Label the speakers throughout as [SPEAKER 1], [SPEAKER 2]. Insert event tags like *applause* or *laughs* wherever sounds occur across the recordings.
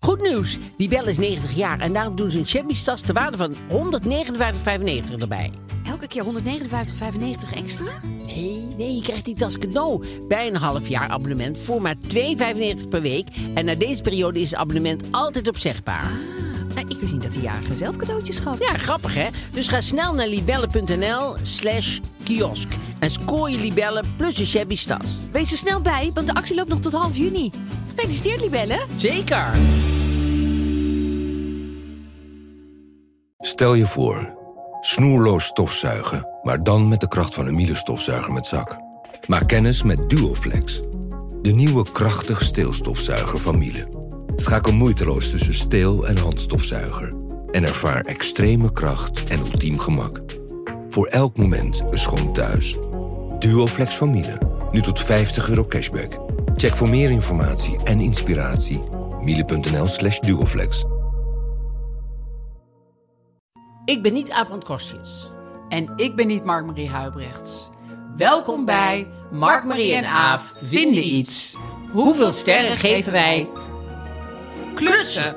[SPEAKER 1] Goed nieuws. Die bel is 90 jaar en daarom doen ze een Chemie tas ter waarde van 159,95 erbij.
[SPEAKER 2] Elke keer 159,95 extra?
[SPEAKER 1] Nee, nee, je krijgt die tas cadeau bij een half jaar abonnement voor maar 2,95 per week. En na deze periode is het abonnement altijd opzegbaar.
[SPEAKER 2] Nou, ik wist niet dat de jarige zelf cadeautjes gaf.
[SPEAKER 1] Ja, grappig hè? Dus ga snel naar libellen.nl slash kiosk en scoor je libellen plus een shabby tas.
[SPEAKER 2] Wees er snel bij, want de actie loopt nog tot half juni. Gefeliciteerd, Libelle.
[SPEAKER 1] Zeker!
[SPEAKER 3] Stel je voor, snoerloos stofzuigen, maar dan met de kracht van een Miele stofzuiger met zak. Maak kennis met Duoflex, de nieuwe krachtig steelstofzuiger van Miele. Schakel moeiteloos tussen steel- en handstofzuiger en ervaar extreme kracht en ultiem gemak. Voor elk moment een schoon thuis. Duoflex van Miele, nu tot 50 euro cashback. Check voor meer informatie en inspiratie miele.nl slash duoflex.
[SPEAKER 1] Ik ben niet Aap van Kostjes.
[SPEAKER 4] En ik ben niet Mark-Marie Huibrechts. Welkom bij Mark-Marie en Aaf vinden iets. Hoeveel sterren geven wij? Klutsen!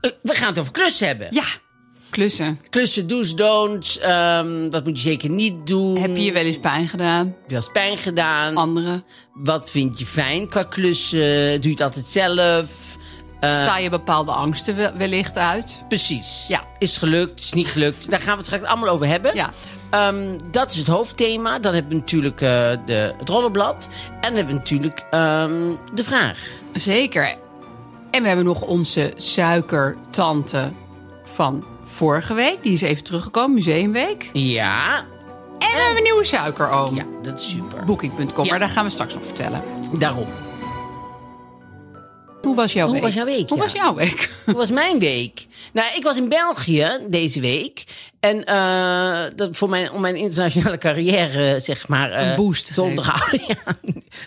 [SPEAKER 1] Eh, We gaan het over klussen hebben.
[SPEAKER 4] Ja, klussen.
[SPEAKER 1] Klussen, do's, don'ts. ehm, wat moet je zeker niet doen?
[SPEAKER 4] Heb je je wel eens pijn gedaan?
[SPEAKER 1] Heb je wel eens pijn gedaan?
[SPEAKER 4] Anderen?
[SPEAKER 1] Wat vind je fijn qua klussen? Doe je het altijd zelf?
[SPEAKER 4] Sta je bepaalde angsten wel- wellicht uit?
[SPEAKER 1] Precies.
[SPEAKER 4] Ja.
[SPEAKER 1] Is het gelukt, is het niet gelukt. Daar gaan we het straks allemaal over hebben.
[SPEAKER 4] Ja.
[SPEAKER 1] Ehm, dat is het hoofdthema. Dan hebben we natuurlijk eh, de, het rollenblad. En dan hebben we natuurlijk ehm, de vraag.
[SPEAKER 4] Zeker. En we hebben nog onze suikertante van vorige week. Die is even teruggekomen, Museumweek.
[SPEAKER 1] Ja.
[SPEAKER 4] En we hebben een nieuwe suikeroom.
[SPEAKER 1] Ja, dat is super.
[SPEAKER 4] Booking.com,
[SPEAKER 1] Ja.
[SPEAKER 4] maar daar gaan we straks nog vertellen.
[SPEAKER 1] Daarom.
[SPEAKER 4] Hoe was jouw
[SPEAKER 1] Hoe
[SPEAKER 4] week?
[SPEAKER 1] was jouw week,
[SPEAKER 4] Hoe
[SPEAKER 1] ja.
[SPEAKER 4] was jouw week?
[SPEAKER 1] Hoe was mijn week? Nou, ik was in België deze week. En eh, dat voor mijn, om mijn internationale carrière, eh, zeg maar... eh,
[SPEAKER 4] Een boost te
[SPEAKER 1] te onderhouden. *laughs* Ja,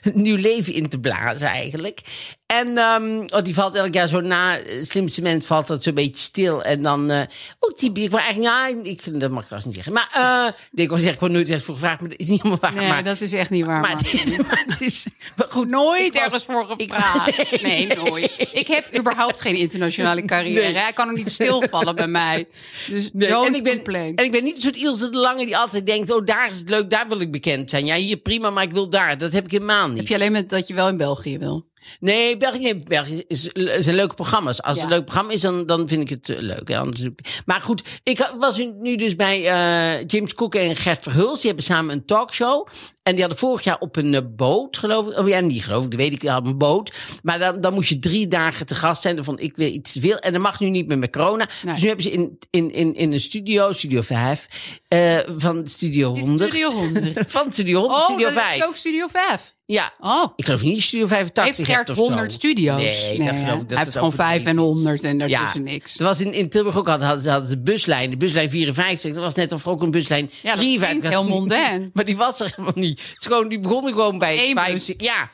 [SPEAKER 1] een nieuw leven in te blazen eigenlijk. En ehm, oh, die valt elk jaar zo na eh, slimste mens valt dat zo'n beetje stil. En dan, eh oh, typisch. Ik wou eigenlijk, ja, ik, dat mag ik trouwens niet zeggen. Maar eh ik was echt gewoon nooit ergens voor gevraagd, maar dat is niet helemaal waar.
[SPEAKER 4] *laughs* Nee,
[SPEAKER 1] maar,
[SPEAKER 4] dat is echt niet waar.
[SPEAKER 1] *laughs* maar,
[SPEAKER 4] Mark.
[SPEAKER 1] het is- maar het is, maar goed.
[SPEAKER 4] Nooit
[SPEAKER 1] ik was-
[SPEAKER 4] ergens
[SPEAKER 1] *laughs*
[SPEAKER 4] voor
[SPEAKER 1] ik-
[SPEAKER 4] gevraagd. nee, nooit. Ik heb überhaupt geen internationale carrière.
[SPEAKER 1] *laughs* Nee.
[SPEAKER 4] Hij kan ook niet stilvallen bij mij. Dus
[SPEAKER 1] Nee,
[SPEAKER 4] don't
[SPEAKER 1] en, ik ben,
[SPEAKER 4] complain.
[SPEAKER 1] en ik ben niet de soort Ilse de Lange die altijd denkt... oh, daar is het leuk, daar wil ik bekend zijn. Ja, hier prima, maar ik wil daar. Dat heb ik helemaal niet.
[SPEAKER 4] Heb je alleen met dat je wel in België wil?
[SPEAKER 1] Nee, België, nee, België is, is- zijn leuke programma's. Als
[SPEAKER 4] Ja.
[SPEAKER 1] het een leuk programma is, dan, dan vind ik het eh, leuk. hè. Anders, maar goed, ik was nu dus bij eh, James Cook en Gert Verhulst. Die hebben samen een talkshow. En die hadden vorig jaar op een eh, boot, geloof ik. Oh ja, niet geloof ik, dat weet ik. Die hadden een boot. Maar dan, dan moest je drie dagen te gast zijn. Dan vond ik weer iets te veel. En dat mag nu niet meer met corona.
[SPEAKER 4] Nee.
[SPEAKER 1] Dus nu hebben ze in, in, in, in een studio, Studio 5, eh, van Studio 100.
[SPEAKER 4] Studio 100.
[SPEAKER 1] *laughs* Van Studio 100,
[SPEAKER 4] Oh,
[SPEAKER 1] Studio
[SPEAKER 4] dat is
[SPEAKER 1] 5.
[SPEAKER 4] ook Studio 5.
[SPEAKER 1] Ja.
[SPEAKER 4] Oh.
[SPEAKER 1] Ik geloof niet Studio 85
[SPEAKER 4] Heeft Gert
[SPEAKER 1] hebt of zo.
[SPEAKER 4] 100 studio's?
[SPEAKER 1] Nee,
[SPEAKER 4] Nee,
[SPEAKER 1] dat
[SPEAKER 4] hè?
[SPEAKER 1] geloof ik.
[SPEAKER 4] Hij
[SPEAKER 1] Dat
[SPEAKER 4] heeft
[SPEAKER 1] is
[SPEAKER 4] gewoon
[SPEAKER 1] ook een
[SPEAKER 4] 5 en
[SPEAKER 1] beetje-
[SPEAKER 4] 100 en daartussen niks.
[SPEAKER 1] Er was in, in Tilburg ook hadden, hadden, hadden ze buslijn, de buslijn 54. Dat was net of er ook een buslijn
[SPEAKER 4] Ja, dat
[SPEAKER 1] 53
[SPEAKER 4] klinkt heel mondain.
[SPEAKER 1] *laughs* Maar die was er helemaal niet. Het is gewoon, die begonnen gewoon bij
[SPEAKER 4] Eén bus.
[SPEAKER 1] 50. Ja.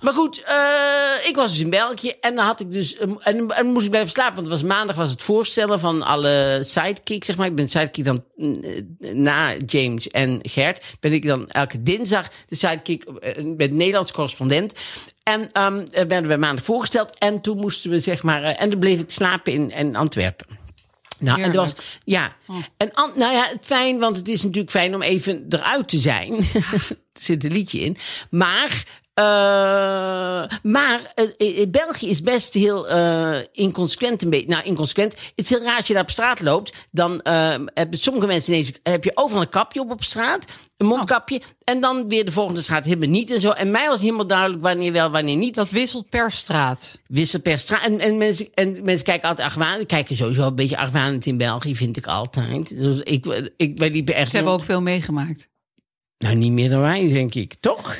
[SPEAKER 1] Maar goed, eh, ik was dus in België en dan had ik dus een- en, en moest ik blijven slapen, want het was maandag was het voorstellen van alle sidekicks zeg maar. Ik ben sidekick dan mm, eh, na James en Gert ben ik dan elke dinsdag de sidekick eh, met Nederlands correspondent. En ehm, eh, werden we maandag voorgesteld en toen moesten we zeg maar eh, en dan bleef ik slapen in, in Antwerpen. Nou, en dat
[SPEAKER 4] Heerlijk.
[SPEAKER 1] was, ja. En an- nou ja, fijn, want het is natuurlijk fijn om even eruit te zijn. *laughs* er zit een liedje in. Maar, eh, maar eh, eh, België is best heel eh, inconsequent. Een beetje. Nou, inconsequent. Het is heel raar als je daar op straat loopt. Dan eh, hebben sommige mensen ineens, heb je overal een kapje op op straat. Een mondkapje. En dan weer de volgende straat helemaal niet en zo. En mij was helemaal duidelijk wanneer wel, wanneer niet
[SPEAKER 4] Dat wisselt per straat.
[SPEAKER 1] wissel per straat. En, en, mensen, en mensen kijken altijd argwanend. Kijken sowieso een beetje argwanend in België, vind ik altijd. Dus ik, ik, wij liepen echt...
[SPEAKER 4] Ze hebben ook veel meegemaakt.
[SPEAKER 1] Nou, niet meer dan wij, denk ik. Toch?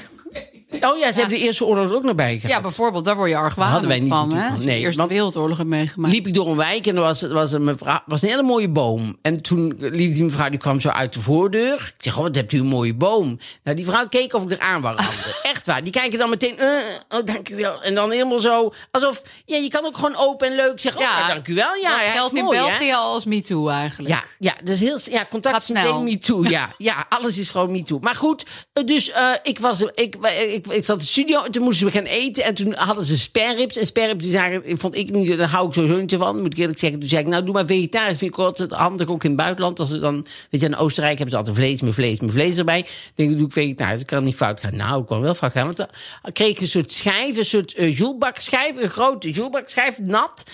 [SPEAKER 1] Oh ja, ze hebben de Eerste Oorlog ook naar buiten
[SPEAKER 4] Ja,
[SPEAKER 1] gehaald.
[SPEAKER 4] bijvoorbeeld, daar word je argwanend
[SPEAKER 1] Hadden wij niet
[SPEAKER 4] van.
[SPEAKER 1] natuurlijk
[SPEAKER 4] Hè?
[SPEAKER 1] van.
[SPEAKER 4] Nee,
[SPEAKER 1] Nee,
[SPEAKER 4] de Eerste
[SPEAKER 1] want-
[SPEAKER 4] Wereldoorlog hebt meegemaakt.
[SPEAKER 1] liep ik door een wijk en er was, er was, een, mevrouw, was een hele mooie boom. En toen liep die mevrouw, die kwam zo uit de voordeur. Ik zeg, oh, wat hebt u een mooie boom. Nou, die vrouw keek of ik eraan
[SPEAKER 4] Oh.
[SPEAKER 1] wou randen. Echt waar. Die kijken dan meteen, eh, oh, dank u wel. En dan helemaal zo, alsof, ja, je kan ook gewoon open en leuk zeggen, oh, ja, dank u wel. Ja,
[SPEAKER 4] dat
[SPEAKER 1] ja,
[SPEAKER 4] geldt in
[SPEAKER 1] mooi, hè?
[SPEAKER 4] België al als MeToo eigenlijk.
[SPEAKER 1] Ja, ja, dus heel, s- ja, contact
[SPEAKER 4] Gaat
[SPEAKER 1] is meteen
[SPEAKER 4] snel.
[SPEAKER 1] MeToo.
[SPEAKER 4] *laughs*
[SPEAKER 1] Ja, ja, alles is gewoon MeToo. Maar goed, eh, dus eh, ik, was, ik, ik, ik, ik zat in de studio en toen moesten we gaan eten. En toen hadden ze sperrips. En sperrips die zagen, vond ik niet, daar hou ik sowieso niet van, moet ik eerlijk zeggen. Toen zei ik, nou doe maar vegetarisch. Vind ik altijd handig, ook in het buitenland. Als we dan, weet je, in Oostenrijk hebben ze altijd vlees, mijn vlees, mijn vlees erbij. Ik denk, doe ik vegetarisch. Dat kan niet fout gaan. Nou, ik kan wel fout gaan. Want dan kreeg ik een soort schijf, een soort uh, Een grote joelbakschijf, nat.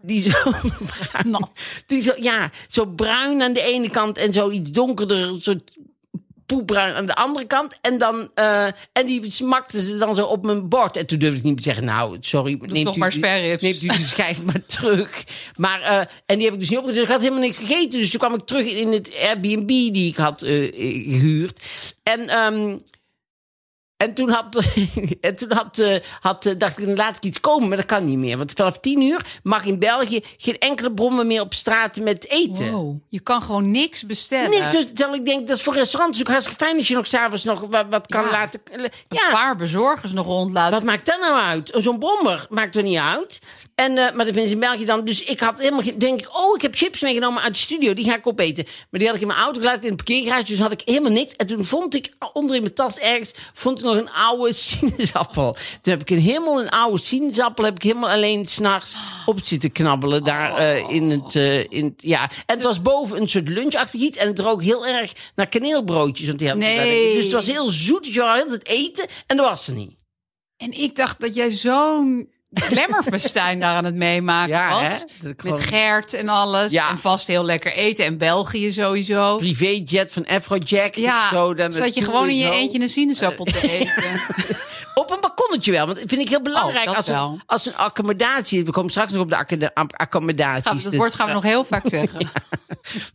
[SPEAKER 1] Die zo *laughs* bruin- die zo, ja, zo bruin aan de ene kant en zo iets donkerder, een soort poepbruin aan de andere kant. En, dan, eh, en die smakte ze dan zo op mijn bord. En toen durfde ik niet meer te zeggen, nou, sorry, neemt,
[SPEAKER 4] toch
[SPEAKER 1] u,
[SPEAKER 4] maar
[SPEAKER 1] die-
[SPEAKER 4] sperrips.
[SPEAKER 1] neemt u
[SPEAKER 4] *laughs*
[SPEAKER 1] de schijf maar terug. Maar, eh, en die heb ik dus niet opgegeten. Dus ik had helemaal niks gegeten. Dus toen kwam ik terug in het Airbnb die ik had eh, eh, gehuurd. En... ehm, en toen, had, *laughs* en toen had, eh, had, eh, dacht ik, laat ik iets komen, maar dat kan niet meer. Want vanaf tien uur mag in België geen enkele brommer meer op straat met eten.
[SPEAKER 4] Wow, je kan gewoon niks bestellen.
[SPEAKER 1] Niks, dus, terwijl ik denk, dat is voor restaurants ook hartstikke fijn als je nog s'avonds nog wat, wat kan
[SPEAKER 4] Ja.
[SPEAKER 1] laten.
[SPEAKER 4] Een
[SPEAKER 1] Ja,
[SPEAKER 4] paar bezorgers nog rondlaten.
[SPEAKER 1] wat maakt dat nou uit? Zo'n brommer maakt er niet uit. En, eh, maar dat vinden ze in België dan. Dus ik had helemaal geen. Denk ik, oh, ik heb chips meegenomen uit de studio. Die ga ik opeten. Maar die had ik in mijn auto gelaten in het parkeergarage. Dus had ik helemaal niks. En toen vond ik onder in mijn tas ergens. Vond ik nog een oude *laughs* sinaasappel. Toen heb ik een, helemaal een oude sinaasappel. Heb ik helemaal alleen s'nachts op zitten knabbelen. Daar eh, in het. eh, in, het- ja. En het was boven een soort lunchachtig iets. En het rook heel erg naar kaneelbroodjes. Want die hadden ze daar, denk ik.
[SPEAKER 4] Nee.
[SPEAKER 1] Dus het was heel zoet. Dus je had heel het eten. En dat was er niet.
[SPEAKER 4] En ik dacht dat jij zo'n glamourfestijn *laughs* daar aan het meemaken
[SPEAKER 1] Ja, hè?
[SPEAKER 4] was.
[SPEAKER 1] Dat
[SPEAKER 4] Met
[SPEAKER 1] gewoon-
[SPEAKER 4] Gert en alles.
[SPEAKER 1] Ja.
[SPEAKER 4] En vast heel lekker eten. En België sowieso.
[SPEAKER 1] privéjet van Afrojack.
[SPEAKER 4] Ja,
[SPEAKER 1] zo, Eh, dan
[SPEAKER 4] zat je gewoon in je eentje een sinaasappel
[SPEAKER 1] *laughs*
[SPEAKER 4] te eten.
[SPEAKER 1] Op een balkonnetje wel, want dat vind ik heel belangrijk.
[SPEAKER 4] Oh, dat
[SPEAKER 1] als, een,
[SPEAKER 4] wel.
[SPEAKER 1] als een accommodatie, we komen straks nog op de accommoda- accommodaties.
[SPEAKER 4] Gaan we- dat
[SPEAKER 1] Dus,
[SPEAKER 4] woord gaan we nog heel vaak zeggen.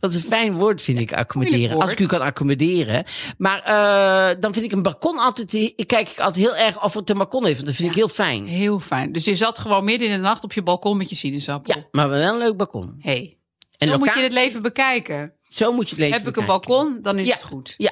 [SPEAKER 1] *laughs* Dat is een fijn woord, vind ik,
[SPEAKER 4] Moeilijk
[SPEAKER 1] accommoderen.
[SPEAKER 4] woord.
[SPEAKER 1] Als ik u kan accommoderen. Maar eh, dan vind ik een balkon altijd, ik kijk ik altijd heel erg of het een balkon heeft, want dat vind ik heel fijn.
[SPEAKER 4] Heel fijn. Dus je zat gewoon midden in de nacht op je balkon met je sinaasappel.
[SPEAKER 1] Ja, maar wel een leuk balkon.
[SPEAKER 4] Hey.
[SPEAKER 1] En
[SPEAKER 4] Zo moet je
[SPEAKER 1] locatie.
[SPEAKER 4] het leven bekijken.
[SPEAKER 1] Zo moet je het leven
[SPEAKER 4] Heb ik een
[SPEAKER 1] bekijken.
[SPEAKER 4] balkon, dan is
[SPEAKER 1] Ja.
[SPEAKER 4] het goed.
[SPEAKER 1] Ja.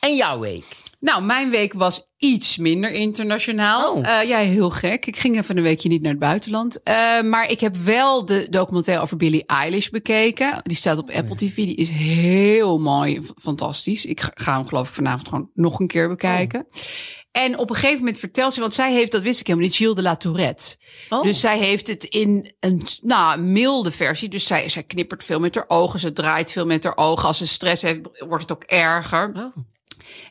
[SPEAKER 1] En jouw week?
[SPEAKER 4] Nou, mijn week was iets minder internationaal.
[SPEAKER 1] Oh.
[SPEAKER 4] Eh, ja, heel gek. Ik ging even een weekje niet naar het buitenland. Eh, maar ik heb wel de documentaire over Billie Eilish bekeken. Die staat op Apple TV. Die is heel mooi en f- fantastisch. Ik ga- ga hem geloof ik vanavond gewoon nog een keer bekijken. En op een gegeven moment vertelt ze, want zij heeft, dat wist ik helemaal niet, Gilles de la Tourette. Dus zij heeft het in een nou, milde versie. Dus zij, zij knippert veel met haar ogen. Ze draait veel met haar ogen. Als ze stress heeft, wordt het ook erger.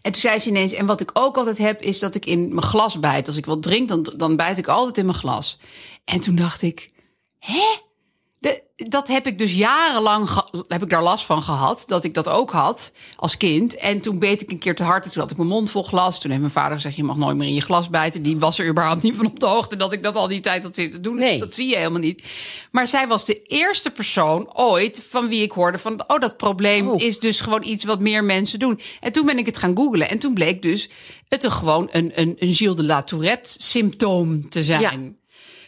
[SPEAKER 4] En toen zei ze ineens, en wat ik ook altijd heb, is dat ik in mijn glas bijt. Als ik wat drink, dan, dan bijt ik altijd in mijn glas. En toen dacht ik, hè? De- dat heb ik dus jarenlang, ge- heb ik daar last van gehad, dat ik dat ook had als kind. En toen beet ik een keer te hard en toen had ik mijn mond vol glas. Toen heeft mijn vader gezegd, je mag nooit meer in je glas bijten. Die was er überhaupt niet van op de hoogte dat ik dat al die tijd had zitten doen.
[SPEAKER 1] Nee.
[SPEAKER 4] Dat zie je helemaal niet. Maar zij was de eerste persoon ooit van wie ik hoorde van... oh, dat probleem
[SPEAKER 1] Oh.
[SPEAKER 4] is dus gewoon iets wat meer mensen doen. En toen ben ik het gaan googlen. En toen bleek dus het een gewoon een, een, een Gilles de la Tourette-symptoom te zijn.
[SPEAKER 1] Ja.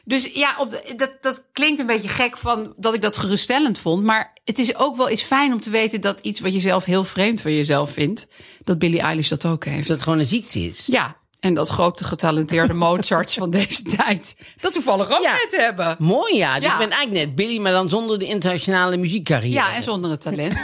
[SPEAKER 4] Dus ja, op de- dat, dat klinkt een beetje gek van dat ik dat geruststellend vond. Maar het is ook wel eens fijn om te weten dat iets wat je zelf heel vreemd van jezelf vindt... dat Billie Eilish dat ook heeft.
[SPEAKER 1] Dat het gewoon een ziekte is.
[SPEAKER 4] Ja, en dat grote
[SPEAKER 1] *laughs*
[SPEAKER 4] getalenteerde Mozarts van deze tijd... dat toevallig ook
[SPEAKER 1] Ja.
[SPEAKER 4] net hebben.
[SPEAKER 1] Mooi ja, dus
[SPEAKER 4] Ja.
[SPEAKER 1] ik ben eigenlijk net Billy, maar dan zonder de internationale muziekcarrière.
[SPEAKER 4] Ja, en zonder het talent.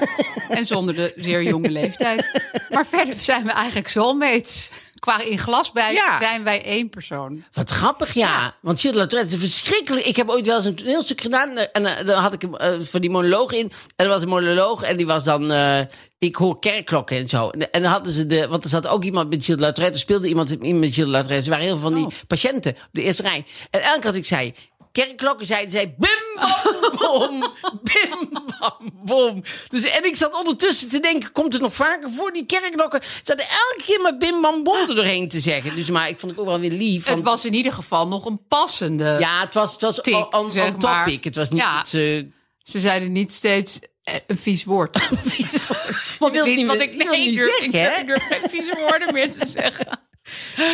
[SPEAKER 4] en zonder de zeer jonge leeftijd. Maar verder zijn we eigenlijk soulmates. Qua in glas bij
[SPEAKER 1] Ja.
[SPEAKER 4] zijn wij één persoon.
[SPEAKER 1] Wat grappig, ja. Want Gilles de La Tourette is een verschrikkelijk. Ik heb ooit wel eens een toneelstuk gedaan. eh, En eh, daar had ik hem eh, van die monoloog in. En er was een monoloog en die was dan. eh, ik hoor kerkklokken en zo. En, en dan hadden ze de. Want er zat ook iemand met Gilles de La Tourette. Er speelde iemand met iemand met Gilles de La Tourette. Er waren heel veel van die patiënten op de eerste rij. En elke keer als ik zei. Kerkklokken zeiden zij. Bim, bam, bom. Bim, bam, bom. Dus, en ik zat ondertussen te denken. Komt het nog vaker voor die kerkklokken? Ze zaten elke keer maar bim, bam, bom er doorheen te zeggen. Dus maar ik vond het ook wel weer lief.
[SPEAKER 4] Het
[SPEAKER 1] want-
[SPEAKER 4] was in ieder geval nog een passende.
[SPEAKER 1] ja, het was, het was
[SPEAKER 4] Eh, Tik,
[SPEAKER 1] on, on
[SPEAKER 4] zeg
[SPEAKER 1] topic.
[SPEAKER 4] maar.
[SPEAKER 1] Het was niet
[SPEAKER 4] Ja.
[SPEAKER 1] iets... eh,
[SPEAKER 4] Ze zeiden niet steeds eh, een vies
[SPEAKER 1] *laughs*
[SPEAKER 4] woord.
[SPEAKER 1] vies.
[SPEAKER 4] Want
[SPEAKER 1] Je wilt
[SPEAKER 4] ik, niet,
[SPEAKER 1] niet
[SPEAKER 4] want
[SPEAKER 1] meer-
[SPEAKER 4] ik,
[SPEAKER 1] je wilt
[SPEAKER 4] nee, ik
[SPEAKER 1] niet
[SPEAKER 4] durf,
[SPEAKER 1] zeggen,
[SPEAKER 4] ik durf-
[SPEAKER 1] hè? *laughs*
[SPEAKER 4] ik durf geen vieze woorden meer te zeggen.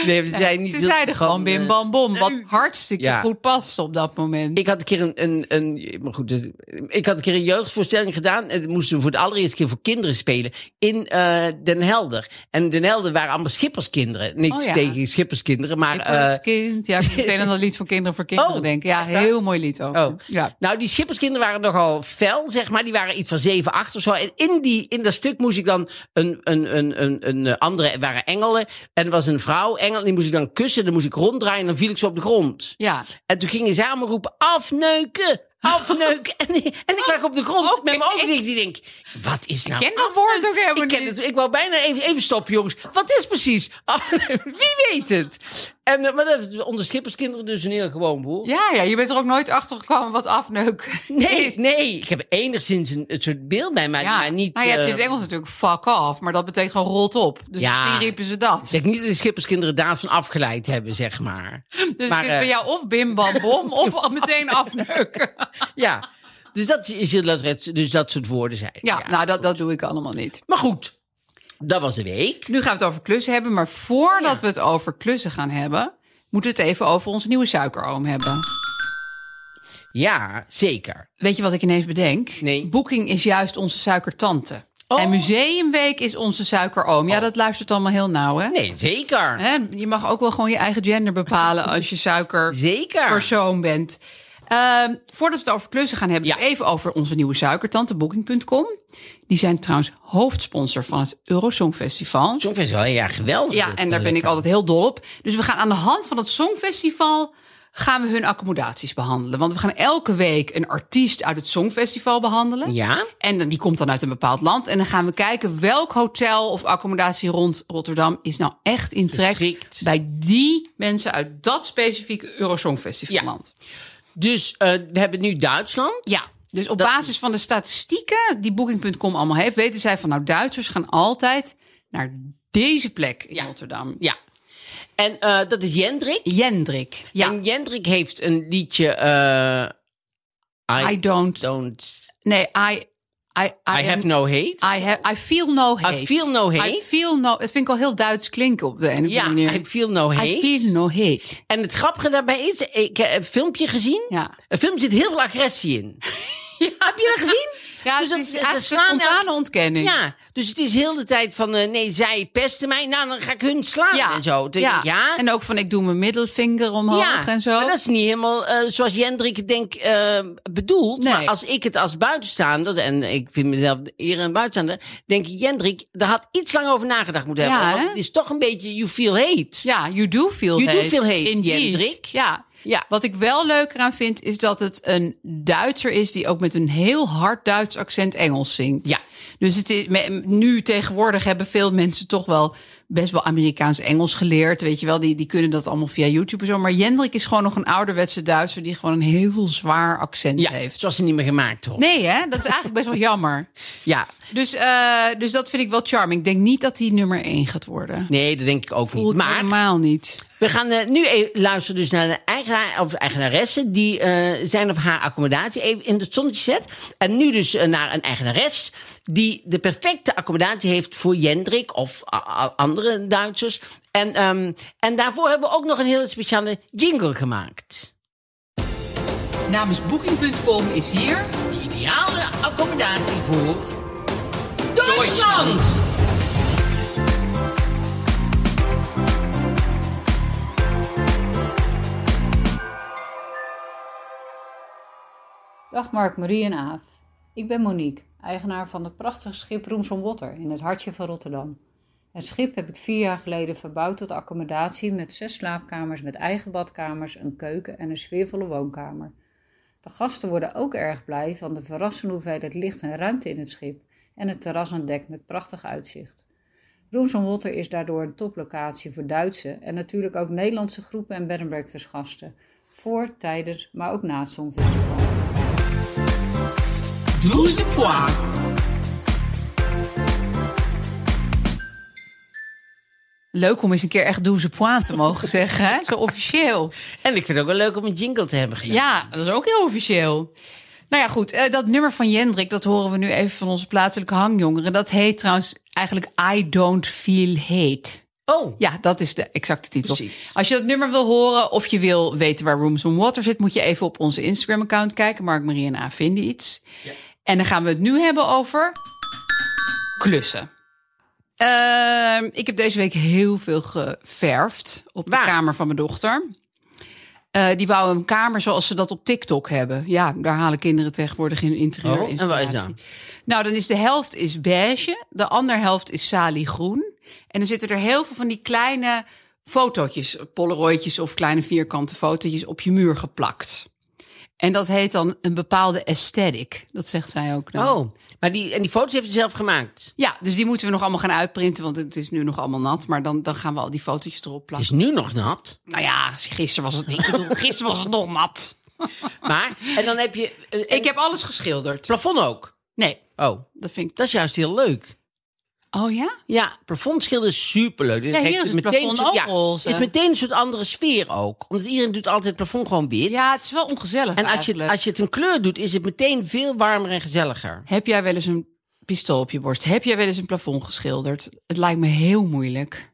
[SPEAKER 1] Nee, ze zeiden niet
[SPEAKER 4] Ze
[SPEAKER 1] dat
[SPEAKER 4] zeiden
[SPEAKER 1] het eh,
[SPEAKER 4] gewoon bim bam bom. Wat hartstikke
[SPEAKER 1] Ja.
[SPEAKER 4] goed past op dat moment.
[SPEAKER 1] Ik had een keer een, een, een, maar goed, het- ik had een keer een jeugdvoorstelling gedaan. En dat moesten we voor de allereerste keer voor kinderen spelen in eh, Den Helder. En Den Helder waren allemaal schipperskinderen. Niks
[SPEAKER 4] Oh ja.
[SPEAKER 1] tegen schipperskinderen, maar...
[SPEAKER 4] Ik
[SPEAKER 1] eh,
[SPEAKER 4] was kind. Ja, ik moet meteen aan dat lied van Kinderen voor Kinderen
[SPEAKER 1] Oh,
[SPEAKER 4] denken. Ja,
[SPEAKER 1] echt waar?
[SPEAKER 4] heel mooi lied ook.
[SPEAKER 1] Oh.
[SPEAKER 4] *laughs* Ja.
[SPEAKER 1] Nou, die schipperskinderen waren nogal fel, zeg maar. Die waren iets van 7, 8 of zo. En in, die, in dat stuk moest ik dan een, een, een, een, een eh, andere, het waren engelen. En er was een vrouw, engel, die moest ik dan kussen. Dan moest ik ronddraaien en dan viel ik zo op de grond.
[SPEAKER 4] ja.
[SPEAKER 1] En toen gingen ze allemaal roepen, afneuken! Afneuken! *laughs* En, en ik lag op de grond met mijn ogen dicht. Die denk, wat is nou
[SPEAKER 4] ken dat woord
[SPEAKER 1] afneuken?
[SPEAKER 4] ook helemaal
[SPEAKER 1] ik ken
[SPEAKER 4] niet.
[SPEAKER 1] het- ik wou bijna even, even stoppen, jongens. Wat is precies *laughs* afneuken? Wie weet het? En, eh, maar dat is onder schipperskinderen dus een heel gewoon woord.
[SPEAKER 4] Ja, ja, je bent er ook nooit achter gekomen wat afneuk
[SPEAKER 1] Nee,
[SPEAKER 4] is.
[SPEAKER 1] nee. Ik heb enigszins een, een soort beeld bij mij, maar niet...
[SPEAKER 4] nou, je hebt
[SPEAKER 1] eh,
[SPEAKER 4] in het Engels natuurlijk fuck off, maar dat betekent gewoon rot op. Dus
[SPEAKER 1] Ja.
[SPEAKER 4] misschien riepen ze dat.
[SPEAKER 1] ik zeg niet dat de schipperskinderen daarvan afgeleid hebben, zeg maar.
[SPEAKER 4] *laughs* dus
[SPEAKER 1] maar,
[SPEAKER 4] het is
[SPEAKER 1] eh,
[SPEAKER 4] bij jou of bim bam
[SPEAKER 1] *laughs*
[SPEAKER 4] bom of al meteen afneuken.
[SPEAKER 1] Ja. Dus dat, is, is dat, het- dus dat soort woorden zijn.
[SPEAKER 4] Ja, nou dat, dat doe ik allemaal niet.
[SPEAKER 1] Maar goed, dat was de week.
[SPEAKER 4] Nu gaan we het over klussen hebben, maar voordat we het over klussen gaan hebben, moeten we het even over onze nieuwe suikeroom hebben.
[SPEAKER 1] Ja, zeker.
[SPEAKER 4] Weet je wat ik ineens bedenk?
[SPEAKER 1] Nee.
[SPEAKER 4] Booking is juist onze suikertante.
[SPEAKER 1] Oh.
[SPEAKER 4] En Museumweek is onze suikeroom. Ja, dat luistert allemaal heel nauw, hè?
[SPEAKER 1] Nee, zeker.
[SPEAKER 4] Hè, Je mag ook wel gewoon je eigen gender
[SPEAKER 1] *laughs*
[SPEAKER 4] bepalen als je
[SPEAKER 1] Zeker.
[SPEAKER 4] suikerpersoon bent. Ehm, voordat we het over klussen gaan hebben,
[SPEAKER 1] Ja.
[SPEAKER 4] even over onze nieuwe suikertante, Booking.com. Die zijn trouwens hoofdsponsor van het Eurosong Festival.
[SPEAKER 1] Soms is wel ja, geweldig. Eh,
[SPEAKER 4] Ja, en daar ben ik altijd heel dol op. Dus we gaan aan de hand van het Songfestival gaan we hun accommodaties behandelen. Want we gaan elke week een artiest uit het Songfestival behandelen.
[SPEAKER 1] Ja?
[SPEAKER 4] En dan- die komt dan uit een bepaald land. En dan gaan we kijken welk hotel of accommodatie rond Rotterdam is nou echt in trek
[SPEAKER 1] Geschikt.
[SPEAKER 4] bij die mensen uit dat specifieke Eurosongfestivalland. Ja.
[SPEAKER 1] Dus eh, we hebben nu Duitsland.
[SPEAKER 4] ja. Dus op
[SPEAKER 1] Dat
[SPEAKER 4] basis
[SPEAKER 1] is-
[SPEAKER 4] van de statistieken die Booking.com allemaal heeft, weten zij van nou Duitsers gaan altijd naar deze plek in Rotterdam.
[SPEAKER 1] Ja. En eh, dat is Jendrik.
[SPEAKER 4] Jendrik. Ja.
[SPEAKER 1] En Jendrik heeft een liedje... eh I,
[SPEAKER 4] I don't.
[SPEAKER 1] don't...
[SPEAKER 4] Nee, I. I, I,
[SPEAKER 1] I have
[SPEAKER 4] am-
[SPEAKER 1] no hate.
[SPEAKER 4] I, have, I feel no hate.
[SPEAKER 1] feel no hate.
[SPEAKER 4] I feel no. Het vind ik al heel Duits klinken op de ene of andere
[SPEAKER 1] Ja,
[SPEAKER 4] manier.
[SPEAKER 1] I feel no hate.
[SPEAKER 4] I feel no hate.
[SPEAKER 1] En het grappige daarbij is, ik heb een filmpje gezien.
[SPEAKER 4] Ja.
[SPEAKER 1] Een filmpje zit heel veel agressie in. Heb je dat gezien?
[SPEAKER 4] *laughs* Ja,
[SPEAKER 1] Dus
[SPEAKER 4] dus
[SPEAKER 1] dat
[SPEAKER 4] dat
[SPEAKER 1] is-
[SPEAKER 4] is
[SPEAKER 1] dat
[SPEAKER 4] eigenlijk een
[SPEAKER 1] slaan
[SPEAKER 4] spontane
[SPEAKER 1] elk-
[SPEAKER 4] ontkenning.
[SPEAKER 1] Ja, dus het is heel de tijd van, eh, nee, zij pesten mij, nou dan ga ik hun slaan
[SPEAKER 4] Ja.
[SPEAKER 1] en zo. Dan denk
[SPEAKER 4] ja.
[SPEAKER 1] ik, ja.
[SPEAKER 4] En ook van ik doe mijn middelvinger omhoog en zo.
[SPEAKER 1] maar dat is niet helemaal eh, zoals Jendrik het denk eh, bedoelt.
[SPEAKER 4] Nee.
[SPEAKER 1] Maar als ik het als buitenstaander, en ik vind mezelf eer een buitenstaander, denk ik, Jendrik, daar had iets lang over nagedacht moeten hebben.
[SPEAKER 4] Ja,
[SPEAKER 1] want
[SPEAKER 4] hè?
[SPEAKER 1] het is toch een beetje, you feel hate.
[SPEAKER 4] Ja, you do feel
[SPEAKER 1] You do
[SPEAKER 4] hate.
[SPEAKER 1] feel hate,
[SPEAKER 4] Indeed.
[SPEAKER 1] Jendrik.
[SPEAKER 4] Ja.
[SPEAKER 1] Ja.
[SPEAKER 4] Wat ik wel leuk eraan vind, is dat het een Duitser is... die ook met een heel hard Duits accent Engels zingt.
[SPEAKER 1] Ja.
[SPEAKER 4] Dus het is, me- nu tegenwoordig hebben veel mensen toch wel best wel Amerikaans-Engels geleerd. Weet je wel, die, die kunnen dat allemaal via YouTube en zo. Maar Jendrik is gewoon nog een ouderwetse Duitser... die gewoon een heel zwaar accent
[SPEAKER 1] Ja,
[SPEAKER 4] heeft.
[SPEAKER 1] zoals ze niet meer gemaakt hoor.
[SPEAKER 4] Nee, hè? Dat is eigenlijk best wel jammer.
[SPEAKER 1] Ja,
[SPEAKER 4] Dus, eh, dus dat vind ik wel charming. Ik denk niet dat hij nummer één gaat worden.
[SPEAKER 1] nee, dat denk ik ook niet.
[SPEAKER 4] Voelt me
[SPEAKER 1] Maar
[SPEAKER 4] helemaal niet.
[SPEAKER 1] We gaan eh, nu even luisteren dus naar de eigenaar of eigenaresse die eh, zijn of haar accommodatie even in het zonnetje zet. En nu dus eh, naar een eigenares die de perfecte accommodatie heeft voor Jendrik of a- a- andere Duitsers. En, ehm, en daarvoor hebben we ook nog een hele speciale jingle gemaakt.
[SPEAKER 4] Namens Booking.com is hier...
[SPEAKER 1] De ideale accommodatie voor Duitsland!
[SPEAKER 5] Dag Mark, Marie en Aaf. Ik ben Monique, eigenaar van het prachtige schip Roems on Water in het hartje van Rotterdam. Het schip heb ik vier jaar geleden verbouwd tot accommodatie met zes slaapkamers met eigen badkamers, een keuken en een sfeervolle woonkamer. De gasten worden ook erg blij van de verrassende hoeveelheid licht en ruimte in het schip en het terras en dek met prachtig uitzicht. Roems on Water is daardoor een toplocatie voor Duitse en natuurlijk ook Nederlandse groepen en bed and breakfast gasten. Voor, tijdens, maar ook na het Songfestival.
[SPEAKER 4] Douze pois. Leuk om eens een keer echt douze pois te mogen *laughs* zeggen. Hè? Zo officieel.
[SPEAKER 1] En ik vind het ook wel leuk om een jingle te hebben gedaan.
[SPEAKER 4] Ja, dat is ook heel officieel. Nou ja, goed. eh, dat nummer van Jendrik, dat horen we nu even van onze plaatselijke hangjongeren. Dat heet trouwens eigenlijk I Don't Feel Hate.
[SPEAKER 1] Oh,
[SPEAKER 4] Ja, dat is de exacte titel.
[SPEAKER 1] Precies.
[SPEAKER 4] Als je dat nummer wil horen of je wil weten waar Rooms on Water zit, moet je even op onze Instagram-account kijken. Mark, Marie en A vinden iets. En dan gaan we het nu hebben over klussen. Ehm, ik heb deze week heel veel geverfd op
[SPEAKER 1] Waar?
[SPEAKER 4] de kamer van mijn dochter. Eh, die wou een kamer zoals ze dat op TikTok hebben. Ja, daar halen kinderen tegenwoordig in interieur.
[SPEAKER 1] Oh, en wat is dat?
[SPEAKER 4] inspiratie. Nou, dan is de helft is beige, de andere helft is saliegroen. En dan zitten er heel veel van die kleine fotootjes, polaroidjes of kleine vierkante fotootjes op je muur geplakt. En dat heet dan een bepaalde aesthetic. Dat zegt zij ook. dan.
[SPEAKER 1] oh. Maar die, en die foto's heeft ze zelf gemaakt.
[SPEAKER 4] Ja, dus die moeten we nog allemaal gaan uitprinten, want het is nu nog allemaal nat. Maar dan, dan gaan we al die fotootjes erop
[SPEAKER 1] Het is
[SPEAKER 4] plakken.
[SPEAKER 1] nu nog nat.
[SPEAKER 4] Nou ja, gisteren was het niet.
[SPEAKER 1] *laughs*
[SPEAKER 4] Ik bedoel, gisteren was het nog nat.
[SPEAKER 1] Maar, en dan heb je... eh, en
[SPEAKER 4] Ik heb alles geschilderd.
[SPEAKER 1] het plafond ook.
[SPEAKER 4] Nee,
[SPEAKER 1] Oh,
[SPEAKER 4] dat vind ik...
[SPEAKER 1] dat is juist heel leuk.
[SPEAKER 4] Oh ja?
[SPEAKER 1] Ja, plafondschilderen is superleuk. Dus
[SPEAKER 4] Ja, hier is het
[SPEAKER 1] een
[SPEAKER 4] plafond
[SPEAKER 1] soort,
[SPEAKER 4] ook roze.
[SPEAKER 1] het is meteen een soort andere sfeer ook. Omdat iedereen doet altijd het plafond gewoon wit.
[SPEAKER 4] Ja, het is wel ongezellig
[SPEAKER 1] en als je,
[SPEAKER 4] eigenlijk.
[SPEAKER 1] als je het een kleur doet, is het meteen veel warmer en gezelliger.
[SPEAKER 4] Heb jij wel eens een pistool op je borst? Heb jij wel eens een plafond geschilderd? Het lijkt me heel moeilijk.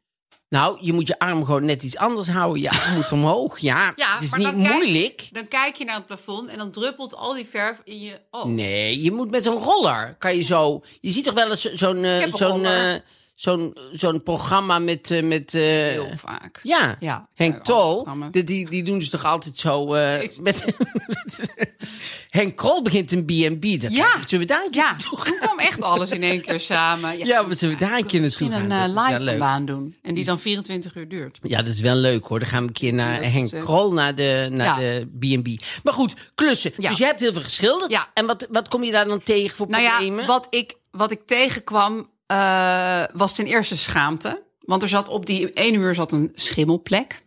[SPEAKER 1] Nou, je moet je arm gewoon net iets anders houden. Je arm moet omhoog.
[SPEAKER 4] *laughs*
[SPEAKER 1] Ja, het is niet moeilijk.
[SPEAKER 4] dan kijk je naar het plafond en dan druppelt al die verf in je oog.
[SPEAKER 1] Nee, je moet met zo'n roller. Kan je zo. Je ziet toch wel eens zo- zo'n. eh,
[SPEAKER 4] heb een
[SPEAKER 1] zo'n.
[SPEAKER 4] roller.
[SPEAKER 1] eh, zo'n. zo'n programma met. eh, met eh,
[SPEAKER 4] Heel vaak.
[SPEAKER 1] ja.
[SPEAKER 4] Ja, oh,
[SPEAKER 1] Henk
[SPEAKER 4] alle
[SPEAKER 1] Tol.
[SPEAKER 4] programma's.
[SPEAKER 1] Die, die, die doen ze toch altijd zo.
[SPEAKER 4] *laughs*
[SPEAKER 1] eh, met, Henk Krol begint een B&B. Dat
[SPEAKER 4] Ja.
[SPEAKER 1] Zullen we daar een keer
[SPEAKER 4] Ja,
[SPEAKER 1] naartoe gaan?
[SPEAKER 4] toen kwam echt alles in één keer samen.
[SPEAKER 1] Ja, maar zullen we daar een keer naartoe
[SPEAKER 4] Misschien een
[SPEAKER 1] gaan?
[SPEAKER 4] eh,
[SPEAKER 1] Dat is wel
[SPEAKER 4] live
[SPEAKER 1] leuk.
[SPEAKER 4] vandaan doen. En die dan 24 uur duurt.
[SPEAKER 1] Ja, dat is wel leuk hoor. Dan gaan we een keer naar Henk
[SPEAKER 4] gezegd.
[SPEAKER 1] Krol, naar de naar
[SPEAKER 4] Ja.
[SPEAKER 1] de B&B. Maar goed, klussen.
[SPEAKER 4] Ja.
[SPEAKER 1] Dus je hebt heel veel geschilderd.
[SPEAKER 4] Ja.
[SPEAKER 1] En wat, wat kom je daar dan tegen voor
[SPEAKER 4] Nou
[SPEAKER 1] problemen?
[SPEAKER 4] ja, wat ik, wat ik tegenkwam eh, was ten eerste schaamte. Want er zat op die ene muur zat een schimmelplek.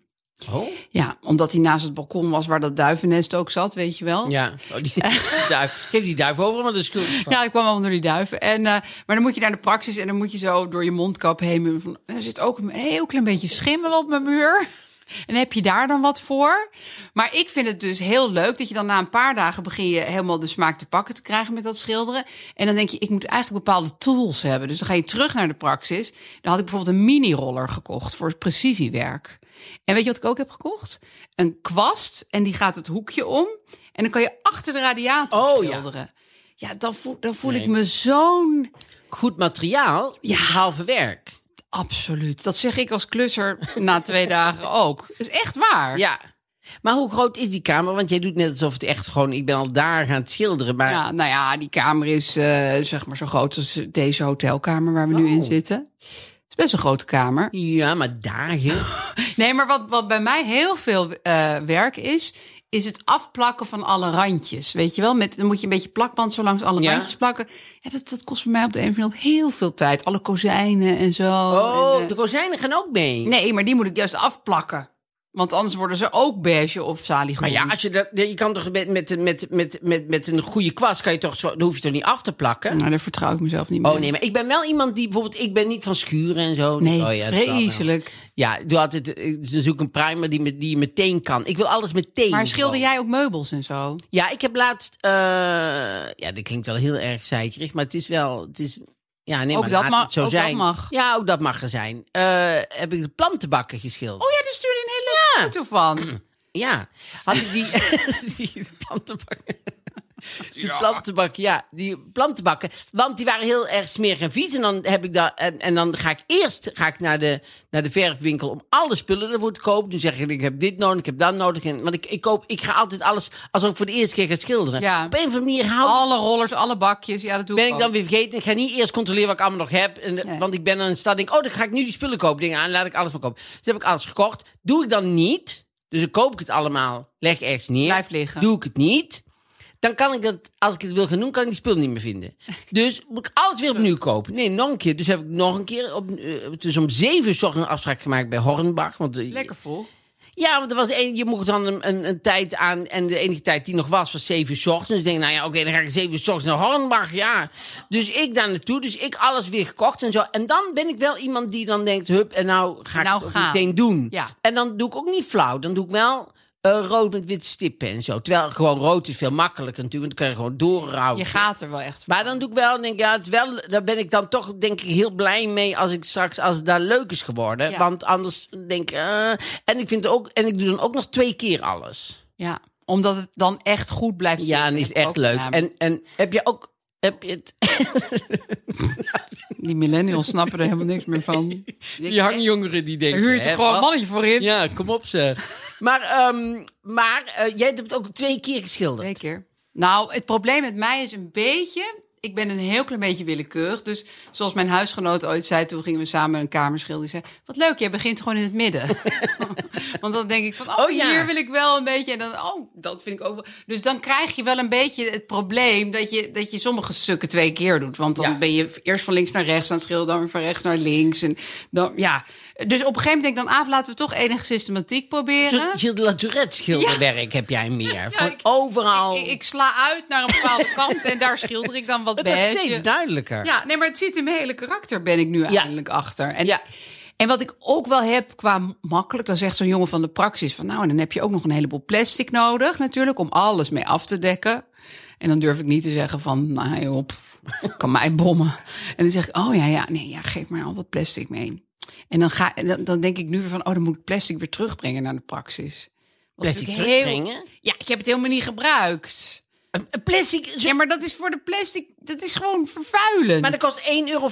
[SPEAKER 1] Oh.
[SPEAKER 4] Ja, omdat die naast het balkon was waar dat duivennest ook zat, weet je wel.
[SPEAKER 1] Ja, oh, die, die
[SPEAKER 4] *laughs*
[SPEAKER 1] duif. geef die duif over, want dat is schuld. van.
[SPEAKER 4] Ja, ik kwam allemaal door die duiven. En, eh, maar dan moet je naar de praxis en dan moet je zo door je mondkap heen. Van, en er zit ook een heel klein beetje schimmel op mijn muur. En heb je daar dan wat voor? Maar ik vind het dus heel leuk dat je dan na een paar dagen begin je helemaal de smaak te pakken te krijgen met dat schilderen. En dan denk je, ik moet eigenlijk bepaalde tools hebben. Dus dan ga je terug naar de praxis. Dan had ik bijvoorbeeld een mini-roller gekocht voor precisiewerk. En weet je wat ik ook heb gekocht? Een kwast en die gaat het hoekje om. En dan kan je achter de radiator
[SPEAKER 1] Oh, ja.
[SPEAKER 4] schilderen. Ja, dan voel, dan voel ik me zo'n...
[SPEAKER 1] Goed materiaal, ja.
[SPEAKER 4] Ja.
[SPEAKER 1] halve werk.
[SPEAKER 4] Absoluut. Dat zeg ik als klusser na twee *laughs* dagen ook. Dat is echt waar.
[SPEAKER 1] Ja. Maar hoe groot is die kamer? Want jij doet net alsof het echt gewoon... Ik ben al daar gaan schilderen, maar...
[SPEAKER 4] Ja, nou ja, die kamer is eh, zeg maar zo groot als deze hotelkamer waar we nu in zitten. Het is best een grote kamer.
[SPEAKER 1] Oh. Ja, maar dagen.
[SPEAKER 4] Nee, maar wat, wat bij mij heel veel eh, werk is, is het afplakken van alle randjes. Weet je wel, Met, dan moet je een beetje plakband zo langs alle
[SPEAKER 1] Ja.
[SPEAKER 4] randjes plakken. Ja, dat, dat kost bij mij op de een of andere manier heel veel tijd. Alle kozijnen en zo. En, eh,
[SPEAKER 1] Oh, de kozijnen gaan ook mee.
[SPEAKER 4] Nee, maar die moet ik juist afplakken. Want anders worden ze ook beige of
[SPEAKER 1] Maar
[SPEAKER 4] saliegroen.
[SPEAKER 1] ja, als je, dat, je kan toch met, met, met, met, met, met een goede kwast... Kan je toch zo, dan hoef je toch niet af te plakken?
[SPEAKER 4] Nou, daar vertrouw ik mezelf niet meer.
[SPEAKER 1] Oh nee, maar ik ben wel iemand die bijvoorbeeld... Ik ben niet van schuren en zo.
[SPEAKER 4] Nee,
[SPEAKER 1] oh, ja, dat zal wel.
[SPEAKER 4] vreselijk.
[SPEAKER 1] Ja, ik doe altijd, ik zoek een primer die, me- die je meteen kan. Ik wil alles meteen.
[SPEAKER 4] Maar schilder
[SPEAKER 1] gewoon.
[SPEAKER 4] jij ook meubels en zo?
[SPEAKER 1] Ja, ik heb laatst. eh, ja, dat klinkt wel heel erg zeikerig, maar het is wel. Het is, ja, nee,
[SPEAKER 4] Ook
[SPEAKER 1] maar
[SPEAKER 4] dat
[SPEAKER 1] laat
[SPEAKER 4] mag-
[SPEAKER 1] het zo
[SPEAKER 4] ook dat
[SPEAKER 1] zijn.
[SPEAKER 4] mag.
[SPEAKER 1] Ja, ook dat mag er zijn. Eh, heb ik de plantenbakken geschilderd?
[SPEAKER 4] Oh ja, daar stuurde je een hele leuke foto van.
[SPEAKER 1] Ja, had ik die, *laughs* die plantenbakken. Die plantenbakken, ja, die plantenbakken. Want die waren heel erg smerig en vies. En dan, heb ik dat, en, en dan ga ik eerst ga ik naar, de, naar de verfwinkel om alle spullen ervoor te kopen. Dan zeg ik, ik heb dit nodig, ik heb dat nodig. En, want ik, ik, koop, ik ga altijd alles, alsof ik voor de eerste keer ga schilderen.
[SPEAKER 4] Ja.
[SPEAKER 1] Op een of andere manier hou
[SPEAKER 4] *clears throat* Alle rollers, alle bakjes. Ja, dat doe
[SPEAKER 1] ben
[SPEAKER 4] ik
[SPEAKER 1] ik dan
[SPEAKER 4] ook.
[SPEAKER 1] weer vergeten. Ik ga niet eerst controleren wat ik allemaal nog heb. En, de- Want ik ben dan in stad. Denk, ik, oh, dan ga ik nu die spullen kopen. Dingen aan, laat ik alles maar kopen. Dus heb ik alles gekocht. Doe ik dan niet. Dus dan koop ik het allemaal. Leg ergens neer.
[SPEAKER 4] Blijft liggen.
[SPEAKER 1] Doe ik het niet. Dan kan ik dat, als ik het wil gaan doen, kan ik die spullen niet meer
[SPEAKER 4] *laughs*
[SPEAKER 1] vinden. Dus moet ik alles weer opnieuw kopen. Nee, nog een keer. Dus heb ik nog een keer. Op, eh, dus om zeven uur 's ochtends een afspraak gemaakt bij Hornbach. Want, eh,
[SPEAKER 4] Lekker vol.
[SPEAKER 1] ja, want er was een, je mocht dan een, een, een tijd aan. En de enige tijd die nog was, was 7 uur 's ochtends. Dus ik denk, nou ja, oké, dan ga ik 7 uur 's ochtends naar Hornbach. Ja. Dus ik daar naartoe. Dus ik alles weer gekocht en zo. En dan ben ik wel iemand die dan denkt, hup, en nou ga
[SPEAKER 4] Nou
[SPEAKER 1] ik het
[SPEAKER 4] gaan.
[SPEAKER 1] meteen doen.
[SPEAKER 4] Ja.
[SPEAKER 1] En dan doe ik ook niet flauw. Dan doe ik wel eh, rood met witte stippen en zo. Terwijl gewoon rood is veel makkelijker natuurlijk, want dan kan je gewoon doorrouwen.
[SPEAKER 4] Je gaat er wel echt voor.
[SPEAKER 1] Maar dan doe ik wel, denk ik, ja, het is wel, daar ben ik dan toch denk ik heel blij mee als ik straks, als het daar leuk is geworden.
[SPEAKER 4] Ja.
[SPEAKER 1] Want anders denk ik, eh, en ik vind ook, en ik doe dan ook nog twee keer alles.
[SPEAKER 4] Ja, omdat het dan echt goed blijft zitten.
[SPEAKER 1] Ja, en die is
[SPEAKER 4] Heb ik
[SPEAKER 1] echt
[SPEAKER 4] ook
[SPEAKER 1] leuk.
[SPEAKER 4] gedaan.
[SPEAKER 1] En, en heb je ook, heb je het,
[SPEAKER 4] die millennials snappen er helemaal niks meer
[SPEAKER 1] *laughs*
[SPEAKER 4] van.
[SPEAKER 1] die hangjongeren die
[SPEAKER 4] Daar
[SPEAKER 1] denken.
[SPEAKER 4] huur je
[SPEAKER 1] hè,
[SPEAKER 4] toch gewoon een
[SPEAKER 1] wat?
[SPEAKER 4] mannetje voor in?
[SPEAKER 1] Ja, kom op zeg. *laughs* maar ehm, maar eh, jij hebt het ook twee keer geschilderd.
[SPEAKER 4] Twee keer. Nou, het probleem met mij is een beetje... Ik ben een heel klein beetje willekeurig. Dus zoals mijn huisgenoot ooit zei, toen gingen we samen een kamer schilderen. Die zei, wat leuk, jij begint gewoon in het midden.
[SPEAKER 1] *laughs*
[SPEAKER 4] Want dan denk ik van, oh,
[SPEAKER 1] Oh, ja.
[SPEAKER 4] hier wil ik wel een beetje. En dan, oh, dat vind ik ook wel. Dus dan krijg je wel een beetje het probleem dat je, dat je sommige stukken twee keer doet. Want dan
[SPEAKER 1] Ja.
[SPEAKER 4] ben je eerst van links naar rechts aan het schilderen, dan weer van rechts naar links. En dan, ja. Dus op een gegeven moment denk ik dan, af, laten we toch enige systematiek proberen.
[SPEAKER 1] Zo'n Gilles de la Tourette schilderwerk heb jij meer. Van
[SPEAKER 4] ik-
[SPEAKER 1] overal.
[SPEAKER 4] Ik, ik sla uit naar een bepaalde kant en daar schilder
[SPEAKER 1] *laughs*
[SPEAKER 4] ik dan wat
[SPEAKER 1] het wordt steeds
[SPEAKER 4] beige.
[SPEAKER 1] duidelijker.
[SPEAKER 4] Ja, nee, maar het zit in mijn hele karakter, ben ik nu eindelijk achter. En,
[SPEAKER 1] Ja.
[SPEAKER 4] en wat ik ook wel heb qua makkelijk, dan zegt zo'n jongen van de praxis van nou, en dan heb je ook nog een heleboel plastic nodig natuurlijk om alles mee af te dekken. En dan durf ik niet te zeggen van, nou joh, pff, *laughs* kan mij bommen. En dan zeg ik, oh ja, ja, nee, ja, geef maar al wat plastic mee. En dan, ga, dan, dan denk ik nu weer van, oh, dan moet ik plastic weer terugbrengen naar de praxis. Wat
[SPEAKER 1] Plastic
[SPEAKER 4] natuurlijk heel-
[SPEAKER 1] terugbrengen?
[SPEAKER 4] Ja, ik heb het helemaal niet gebruikt.
[SPEAKER 1] Een- een Plastic, zo-
[SPEAKER 4] Ja, maar dat is voor de plastic, dat is gewoon vervuilend.
[SPEAKER 1] maar dat kost 1,50 euro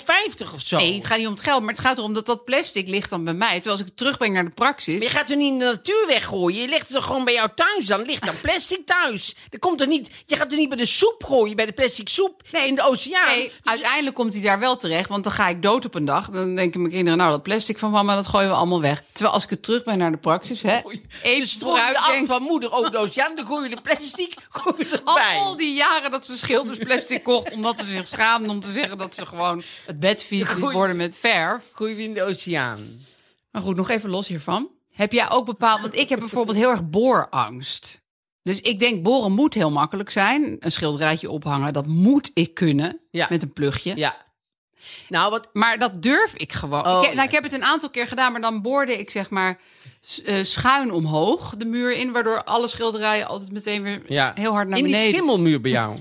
[SPEAKER 1] of zo.
[SPEAKER 4] Nee, het gaat niet om het geld, maar het gaat erom dat dat plastic ligt dan bij mij. Terwijl als ik het terugbreng naar de praxis...
[SPEAKER 1] Maar je gaat er niet in de natuur weggooien. Je legt het er gewoon bij jou thuis dan. Ligt dan plastic thuis. Er komt er niet, je gaat er niet bij de soep gooien, bij de plastic soep in de oceaan.
[SPEAKER 4] Nee, uiteindelijk komt hij daar wel terecht, want dan ga ik dood op een dag. Dan denken mijn kinderen, nou, dat plastic van mama, dat gooien we allemaal weg. Terwijl als ik het terugbreng naar de praxis, hè,
[SPEAKER 1] Even
[SPEAKER 4] even
[SPEAKER 1] de strooi
[SPEAKER 4] vooruit
[SPEAKER 1] af
[SPEAKER 4] denk...
[SPEAKER 1] van moeder ook de oceaan. Dan gooi je de plastic *laughs* gooi je
[SPEAKER 4] Al,
[SPEAKER 1] erbij.
[SPEAKER 4] al die jaren dat ze schilders plastic kocht, omdat ze zich schaamden om te zeggen dat ze gewoon het bed viert
[SPEAKER 1] Goeie.
[SPEAKER 4] worden met verf.
[SPEAKER 1] Gooi je in de oceaan.
[SPEAKER 4] Maar goed, nog even los hiervan. Heb jij ook bepaald, want ik heb bijvoorbeeld heel erg boorangst. Dus ik denk, boren moet heel makkelijk zijn. Een schilderijtje ophangen, dat moet ik kunnen.
[SPEAKER 1] Ja.
[SPEAKER 4] Met een plugje.
[SPEAKER 1] Ja. Nou, wat
[SPEAKER 4] Maar dat durf ik
[SPEAKER 1] Oh,
[SPEAKER 4] gewoon. ik, heb-
[SPEAKER 1] ja.
[SPEAKER 4] nou, ik heb het een aantal keer gedaan, maar dan boorde ik zeg maar s- eh, schuin omhoog de muur in. Waardoor alle schilderijen altijd meteen weer
[SPEAKER 1] ja.
[SPEAKER 4] heel hard naar
[SPEAKER 1] in die
[SPEAKER 4] beneden.
[SPEAKER 1] schimmelmuur bij jou.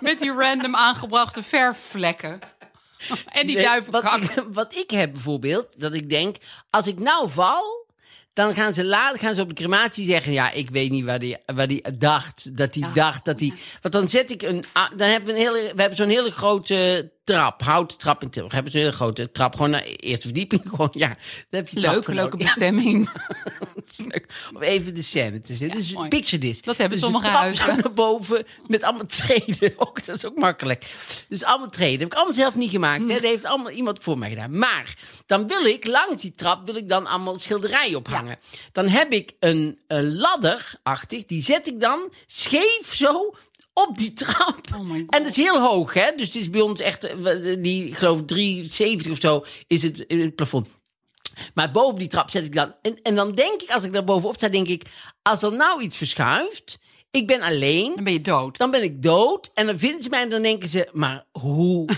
[SPEAKER 4] Met die random aangebrachte
[SPEAKER 1] *laughs*
[SPEAKER 4] verfvlekken. En die
[SPEAKER 1] Nee,
[SPEAKER 4] duivenkak.
[SPEAKER 1] Wat ik, *laughs* wat ik heb bijvoorbeeld, dat ik denk, als ik nou val, dan gaan ze later gaan ze op de crematie zeggen, ja, ik weet niet waar die, waar die dacht, dat die dacht, dat die, want dan zet ik een, a- dan hebben we een hele, we hebben zo'n hele grote trap, houten trap in Tilburg, we hebben zo'n hele grote trap, gewoon naar de eerste verdieping, *laughs* gewoon, ja, daar heb je trap
[SPEAKER 4] Leuk,
[SPEAKER 1] voor
[SPEAKER 4] leuke
[SPEAKER 1] nodig.
[SPEAKER 4] bestemming.
[SPEAKER 1] *laughs* Dat is leuk. Om even de scène te zetten. dus
[SPEAKER 4] mooi.
[SPEAKER 1] picture this.
[SPEAKER 4] Dat hebben
[SPEAKER 1] dus de
[SPEAKER 4] sommige
[SPEAKER 1] trap
[SPEAKER 4] huizen.
[SPEAKER 1] zo naar boven met allemaal treden. *laughs* Ook, dat is ook makkelijk. Dus allemaal treden. Heb ik allemaal zelf niet gemaakt.
[SPEAKER 4] Mm.
[SPEAKER 1] Hè? Dat heeft allemaal iemand voor mij gedaan. Maar dan wil ik, langs die trap, wil ik dan allemaal schilderijen ophangen. Dan heb ik een, een ladderachtig. Die zet ik dan scheef zo... Op die trap.
[SPEAKER 4] Oh my God.
[SPEAKER 1] en dat is heel hoog, hè? Dus het is bij ons echt, eh, we- die, ik geloof 370 of zo, is het, eh, het plafond. Maar boven die trap zet ik dan. En, en dan denk ik, als ik daar bovenop sta, denk ik. Als er nou iets verschuift. Ik ben
[SPEAKER 4] Dan
[SPEAKER 1] alleen.
[SPEAKER 4] ben je dood.
[SPEAKER 1] Dan ben ik dood. En dan vinden ze mij en dan denken ze. Maar
[SPEAKER 4] *laughs*
[SPEAKER 1] hoe.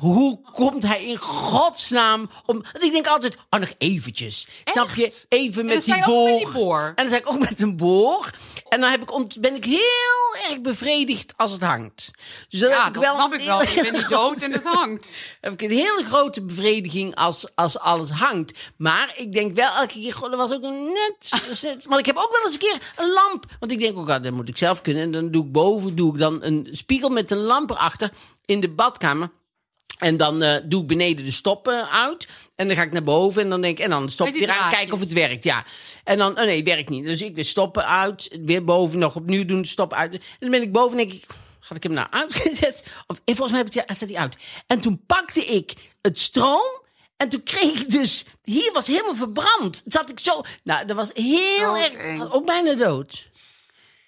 [SPEAKER 1] Hoe komt hij in godsnaam om... Want ik denk altijd, oh, nog eventjes. Snap je? Even met
[SPEAKER 4] sta
[SPEAKER 1] die
[SPEAKER 4] je ook met
[SPEAKER 1] boor.
[SPEAKER 4] die boor.
[SPEAKER 1] En dan sta ik ook met een boor. En dan heb ik ont- ben ik heel erg bevredigd als het hangt. Dus dan
[SPEAKER 4] Ja,
[SPEAKER 1] heb ik
[SPEAKER 4] dat
[SPEAKER 1] wel
[SPEAKER 4] snap
[SPEAKER 1] een
[SPEAKER 4] ik wel.
[SPEAKER 1] heel
[SPEAKER 4] Je bent niet
[SPEAKER 1] *laughs*
[SPEAKER 4] dood en het hangt.
[SPEAKER 1] heb ik een hele grote bevrediging als, als alles hangt. Maar ik denk wel elke keer, god, dat was ook net. net. Want ik heb ook wel eens een keer een lamp. Want ik denk ook, ah, dat moet ik zelf kunnen. En dan doe ik boven doe ik dan een spiegel met een lamp erachter in de badkamer. En dan eh, doe ik beneden de stoppen uit. En dan ga ik naar boven. En dan denk ik, en dan stop ik
[SPEAKER 4] Met die
[SPEAKER 1] weer aan.
[SPEAKER 4] draadjes.
[SPEAKER 1] Kijken of het werkt. Ja. En dan, oh nee, het werkt niet. Dus ik weer stoppen uit. Weer boven nog opnieuw doen. Stop uit. En dan ben ik boven en denk ik. Had ik hem nou uitgezet? Of eh, volgens mij heb ik, het- ja, staat hij uit. En toen pakte ik het stroom. En toen kreeg ik dus. Hier was helemaal verbrand. Zat ik zo. Nou, dat was heel
[SPEAKER 4] Doodeng.
[SPEAKER 1] erg. Ook bijna dood.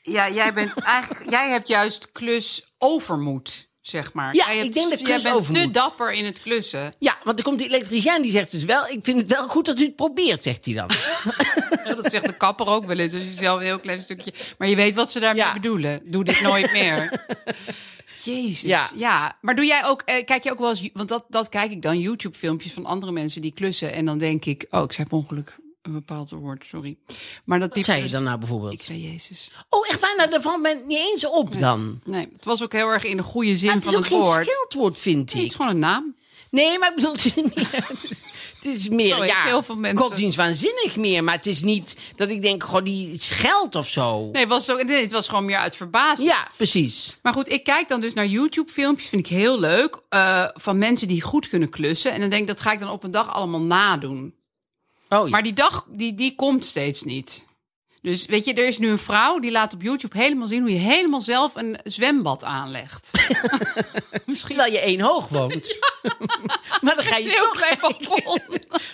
[SPEAKER 4] Ja, jij bent eigenlijk, jij hebt juist klus overmoed, zeg maar.
[SPEAKER 1] Ja,
[SPEAKER 4] jij hebt-
[SPEAKER 1] ik denk dat
[SPEAKER 4] jij
[SPEAKER 1] klus
[SPEAKER 4] bent te
[SPEAKER 1] overmoed.
[SPEAKER 4] dapper in het klussen.
[SPEAKER 1] Ja, want dan komt die elektricien die zegt dus wel. Ik vind het wel goed dat u het probeert, zegt
[SPEAKER 4] *laughs*
[SPEAKER 1] hij dan.
[SPEAKER 4] Dat zegt de kapper ook wel eens. Als je zelf een heel klein stukje. Maar je weet wat ze daarmee
[SPEAKER 1] Ja.
[SPEAKER 4] bedoelen. Doe dit
[SPEAKER 1] *laughs*
[SPEAKER 4] nooit meer. Jezus.
[SPEAKER 1] Ja.
[SPEAKER 4] Ja. Maar doe jij ook, eh, kijk je ook wel eens, want dat, dat kijk ik dan, YouTube-filmpjes van andere mensen die klussen. En dan denk ik, oh, ik zei per ongeluk een bepaald woord, sorry. Maar dat
[SPEAKER 1] Wat
[SPEAKER 4] die
[SPEAKER 1] zei je dan nou bijvoorbeeld?
[SPEAKER 4] Ik zei Jezus.
[SPEAKER 1] Oh, echt waar? Nou, daar valt men niet eens op dan.
[SPEAKER 4] Nee, het was ook heel erg in de goede zin
[SPEAKER 1] Maar Ah, het
[SPEAKER 4] van
[SPEAKER 1] is ook
[SPEAKER 4] het
[SPEAKER 1] geen
[SPEAKER 4] woord.
[SPEAKER 1] scheldwoord, vind
[SPEAKER 4] Nee, het
[SPEAKER 1] ik.
[SPEAKER 4] is gewoon een naam.
[SPEAKER 1] Nee, maar ik bedoel, het is meer, het is- *laughs* het is meer
[SPEAKER 4] Zo heeft
[SPEAKER 1] ja,
[SPEAKER 4] heel veel mensen-
[SPEAKER 1] godsdienstwaanzinnig meer. Maar het is niet dat ik denk, goh, die scheldt of zo.
[SPEAKER 4] Nee, het was, ook, nee, het was gewoon meer uit verbazing.
[SPEAKER 1] Ja, precies.
[SPEAKER 4] Maar goed, ik kijk dan dus naar YouTube-filmpjes, vind ik heel leuk, eh, van mensen die goed kunnen klussen. En dan denk ik, dat ga ik dan op een dag allemaal nadoen.
[SPEAKER 1] Oh, ja.
[SPEAKER 4] Maar die dag, die, die komt steeds niet. Dus weet je, er is nu een vrouw die laat op YouTube helemaal zien hoe je helemaal zelf een zwembad aanlegt. *laughs* Misschien
[SPEAKER 1] Terwijl je één hoog woont.
[SPEAKER 4] *laughs*
[SPEAKER 1] maar, dan ga
[SPEAKER 4] een
[SPEAKER 1] je
[SPEAKER 4] heel
[SPEAKER 1] toch,
[SPEAKER 4] klein balkon.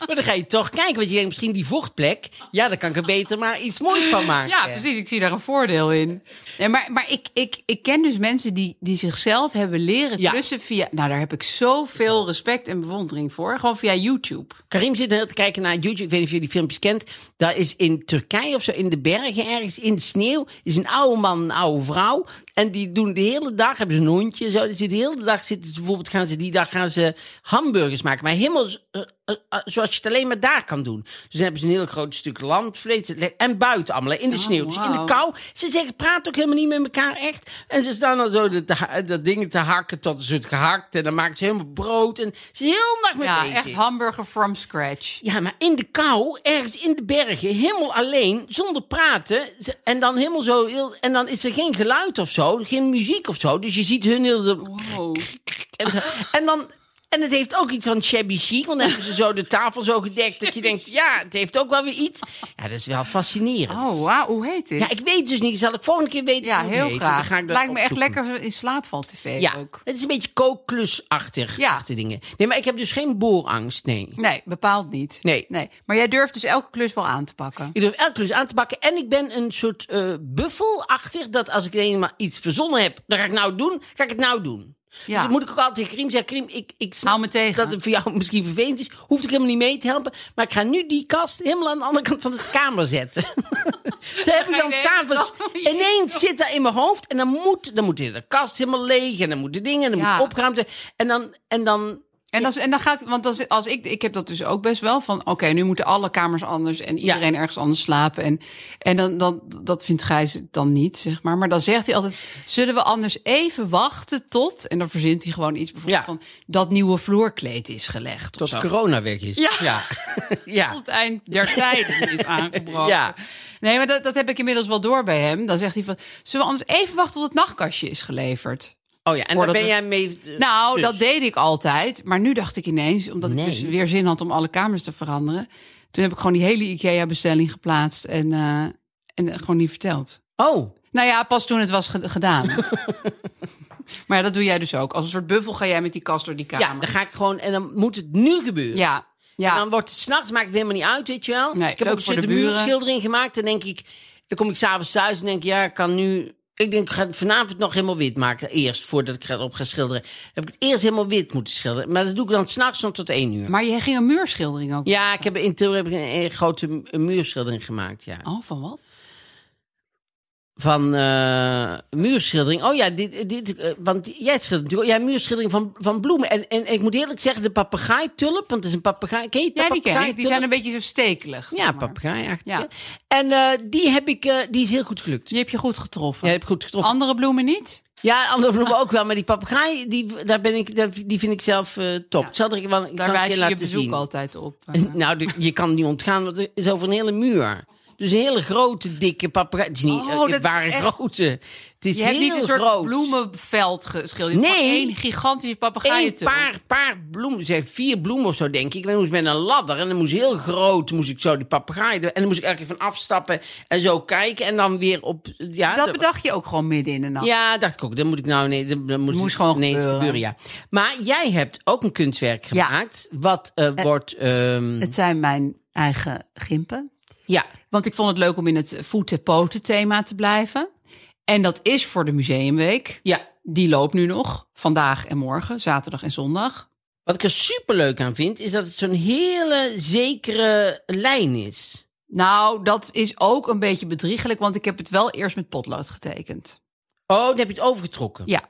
[SPEAKER 1] maar dan ga je toch kijken. Want je denkt misschien die vochtplek. Ja, daar kan ik er beter maar iets moois van maken.
[SPEAKER 4] Ja, precies. Ik zie daar een voordeel in. Nee, maar maar ik, ik, ik ken dus mensen die, die zichzelf hebben leren
[SPEAKER 1] Ja.
[SPEAKER 4] klussen via... Nou, daar heb ik zoveel respect en bewondering voor. Gewoon via YouTube.
[SPEAKER 1] Karim zit heel te kijken naar YouTube. Ik weet niet of jullie die filmpjes kent. Daar is in Turkije of zo, in de bergen ergens, in de sneeuw, is een oude man, een oude vrouw. En die doen de hele dag, hebben ze een hondje en zo. Die zitten de hele dag zitten ze, bijvoorbeeld gaan ze die dag gaan ze hamburgers maken. Maar helemaal z- eh, eh, eh, zoals je het alleen maar daar kan doen. Dus dan hebben ze een heel groot stuk lamsvlees en buiten allemaal, hè, in de sneeuw. Dus in de
[SPEAKER 4] Oh, wauw.
[SPEAKER 1] kou. Ze zeggen, praat ook helemaal niet met elkaar, echt. En ze staan dan zo dat, te ha- dat ding te hakken tot ze het gehakt. En dan maken ze helemaal brood. En ze is heel dag met
[SPEAKER 4] Ja,
[SPEAKER 1] bezig.
[SPEAKER 4] echt hamburger from scratch.
[SPEAKER 1] Ja, maar in de kou, ergens in de bergen, helemaal alleen, zonder praten. ze- En dan helemaal zo. heel- En dan is er geen geluid of zo, geen muziek of zo. Dus je ziet hun heel. De,
[SPEAKER 4] Wow.
[SPEAKER 1] en, zo. En dan. En het heeft ook iets van shabby chic, want dan hebben ze zo de tafel zo gedekt dat je denkt, ja, het heeft ook wel weer iets. Ja, dat is wel fascinerend.
[SPEAKER 4] Oh, wauw. Hoe heet dit?
[SPEAKER 1] Ja, ik weet dus niet. Zal ik volgende keer weten
[SPEAKER 4] Ja,
[SPEAKER 1] hoe het
[SPEAKER 4] heel
[SPEAKER 1] heet, want dan
[SPEAKER 4] graag.
[SPEAKER 1] ga ik dat
[SPEAKER 4] Lijkt me echt
[SPEAKER 1] opzoeken.
[SPEAKER 4] lekker in slaapval-tv
[SPEAKER 1] Ja,
[SPEAKER 4] ook.
[SPEAKER 1] het is een beetje kooklusachtig,
[SPEAKER 4] Ja.
[SPEAKER 1] achter dingen. Nee, maar ik heb dus geen boorangst, nee.
[SPEAKER 4] Nee, bepaald niet.
[SPEAKER 1] Nee.
[SPEAKER 4] nee. Maar jij durft dus elke klus wel aan te pakken.
[SPEAKER 1] Ik durf elke klus aan te pakken. En ik ben een soort eh buffelachtig. Dat als ik eenmaal iets verzonnen heb, dan ga ik nou doen. Ga ik het nou doen.
[SPEAKER 4] Ja.
[SPEAKER 1] Dus dat moet ik ook altijd tegen Krim zeggen. Krim, ik, ik snap
[SPEAKER 4] Hou me tegen.
[SPEAKER 1] dat het voor jou *laughs* misschien vervelend is. Hoeft ik helemaal niet mee te helpen. Maar ik ga nu die kast helemaal aan de andere kant van de kamer zetten. *laughs* Daar heb ik
[SPEAKER 4] je
[SPEAKER 1] dan
[SPEAKER 4] de hele
[SPEAKER 1] s'avonds...
[SPEAKER 4] dag mee
[SPEAKER 1] Ineens zit dat in mijn hoofd. En dan moet, dan moet de kast helemaal leeg. En dan moeten dingen. En dan
[SPEAKER 4] Ja.
[SPEAKER 1] moet opgeruimd worden. En dan... En dan
[SPEAKER 4] En, als, en dan gaat, want als, als ik, ik heb dat dus ook best wel van, oké, nu moeten alle kamers anders en iedereen ergens anders slapen. En, en dan, dan, dat vindt Gijs dan niet, zeg maar. Maar dan zegt hij altijd, zullen we anders even wachten tot, en dan verzint hij gewoon iets bijvoorbeeld
[SPEAKER 1] Ja.
[SPEAKER 4] van, dat nieuwe vloerkleed is gelegd. of
[SPEAKER 1] tot
[SPEAKER 4] zo.
[SPEAKER 1] corona weg is.
[SPEAKER 4] Ja.
[SPEAKER 1] Ja. *laughs* ja.
[SPEAKER 4] tot het eind der tijden is aangebroken.
[SPEAKER 1] Ja.
[SPEAKER 4] Nee, maar dat, dat heb ik inmiddels wel door bij hem. Dan zegt hij van, zullen we anders even wachten tot het nachtkastje is geleverd?
[SPEAKER 1] Oh ja, en daar
[SPEAKER 4] Voordat
[SPEAKER 1] ben
[SPEAKER 4] we-
[SPEAKER 1] jij mee... eh,
[SPEAKER 4] Nou,
[SPEAKER 1] zus.
[SPEAKER 4] dat deed ik altijd. Maar nu dacht ik ineens, omdat
[SPEAKER 1] Nee.
[SPEAKER 4] ik dus weer zin had om alle kamers te veranderen. Toen heb ik gewoon die hele IKEA-bestelling geplaatst en, eh, en gewoon niet verteld.
[SPEAKER 1] Oh,
[SPEAKER 4] Nou ja, pas toen het was ge-
[SPEAKER 1] *laughs*
[SPEAKER 4] gedaan. maar ja, dat doe jij dus ook. Als een soort buffel ga jij met die kast door die
[SPEAKER 1] ja, dan
[SPEAKER 4] kamer.
[SPEAKER 1] ga ik gewoon... En dan moet het nu gebeuren.
[SPEAKER 4] ja, ja.
[SPEAKER 1] En dan wordt het s'nachts, maakt het helemaal niet uit, weet je wel.
[SPEAKER 4] Nee,
[SPEAKER 1] ik heb
[SPEAKER 4] leuk
[SPEAKER 1] ook
[SPEAKER 4] voor
[SPEAKER 1] de, de
[SPEAKER 4] de buren.
[SPEAKER 1] muurschildering gemaakt. Dan denk ik... Dan kom ik s'avonds thuis en denk ik, ja, ik kan nu... Ik denk, ik ga het vanavond nog helemaal wit maken. Eerst, voordat ik erop ga schilderen. Heb ik het eerst helemaal wit moeten schilderen. Maar dat doe ik dan s'nachts nog tot één uur.
[SPEAKER 4] Maar jij ging een muurschildering ook.
[SPEAKER 1] Ja, ik heb in Tilburg heb ik een, een grote mu- een muurschildering gemaakt, ja.
[SPEAKER 4] Oh, van wat?
[SPEAKER 1] Van eh, muurschildering. Oh ja, dit, dit, eh, want jij schildert natuurlijk. Jij muurschildering van, van bloemen. En, en ik moet eerlijk zeggen, de papegaai-tulp. Want het is een papegaai. Ken je
[SPEAKER 4] Ja, die ken ik. Die
[SPEAKER 1] papegaai-tulp?
[SPEAKER 4] zijn een beetje zo stekelig. zeg
[SPEAKER 1] Ja,
[SPEAKER 4] maar.
[SPEAKER 1] papegaai
[SPEAKER 4] Ja.
[SPEAKER 1] En eh, die heb ik, eh, die is heel goed gelukt. Ja,
[SPEAKER 4] Die heb je goed getroffen.
[SPEAKER 1] die heb ik goed getroffen.
[SPEAKER 4] Andere bloemen niet?
[SPEAKER 1] ja, andere bloemen ook wel. Maar die papegaai, die, daar ben ik, daar- die vind ik zelf eh, top. Ik zal er ik wel ik
[SPEAKER 4] Daar
[SPEAKER 1] zal het
[SPEAKER 4] wijs
[SPEAKER 1] je
[SPEAKER 4] je je
[SPEAKER 1] laten
[SPEAKER 4] bezoek
[SPEAKER 1] zien.
[SPEAKER 4] altijd op.
[SPEAKER 1] *laughs* Nou, de- je kan het niet ontgaan, want het is over een hele muur. Dus een hele grote, dikke papegaai. Het is niet
[SPEAKER 4] Oh,
[SPEAKER 1] eh,
[SPEAKER 4] dat
[SPEAKER 1] het
[SPEAKER 4] is
[SPEAKER 1] ware
[SPEAKER 4] echt-
[SPEAKER 1] grote. Het is
[SPEAKER 4] Je
[SPEAKER 1] heel
[SPEAKER 4] hebt niet een soort
[SPEAKER 1] groot.
[SPEAKER 4] bloemenveld geschilderd.
[SPEAKER 1] Nee.
[SPEAKER 4] Nee. één gigantische
[SPEAKER 1] Een
[SPEAKER 4] papegaaien.
[SPEAKER 1] paar, paar bloemen, zijn vier bloemen of zo, denk ik. Ik moest met een ladder en dan moest heel groot, moest ik zo die papegaai doen. En dan moest ik elke keer van afstappen en zo kijken en dan weer op. Ja,
[SPEAKER 4] Dat bedacht je ook gewoon midden in de nacht.
[SPEAKER 1] Ja, dacht ik ook. Dat moet ik nou nee, dat, dat moet
[SPEAKER 4] Moest gewoon
[SPEAKER 1] ineens
[SPEAKER 4] gebeuren.
[SPEAKER 1] ja. Maar jij hebt ook een kunstwerk
[SPEAKER 4] Ja.
[SPEAKER 1] gemaakt. Wat eh, wordt. ehm,
[SPEAKER 4] Het zijn mijn eigen gimpen.
[SPEAKER 1] ja,
[SPEAKER 4] Want ik vond het leuk om in het voeten-poten thema te blijven. En dat is voor de museumweek.
[SPEAKER 1] ja.
[SPEAKER 4] Die loopt nu nog. Vandaag en morgen. Zaterdag en zondag.
[SPEAKER 1] Wat ik er superleuk aan vind, is dat het zo'n hele zekere lijn is.
[SPEAKER 4] Nou, dat is ook een beetje bedriegelijk. Want ik heb het wel eerst met potlood getekend.
[SPEAKER 1] Oh, dan heb je het overgetrokken.
[SPEAKER 4] Ja.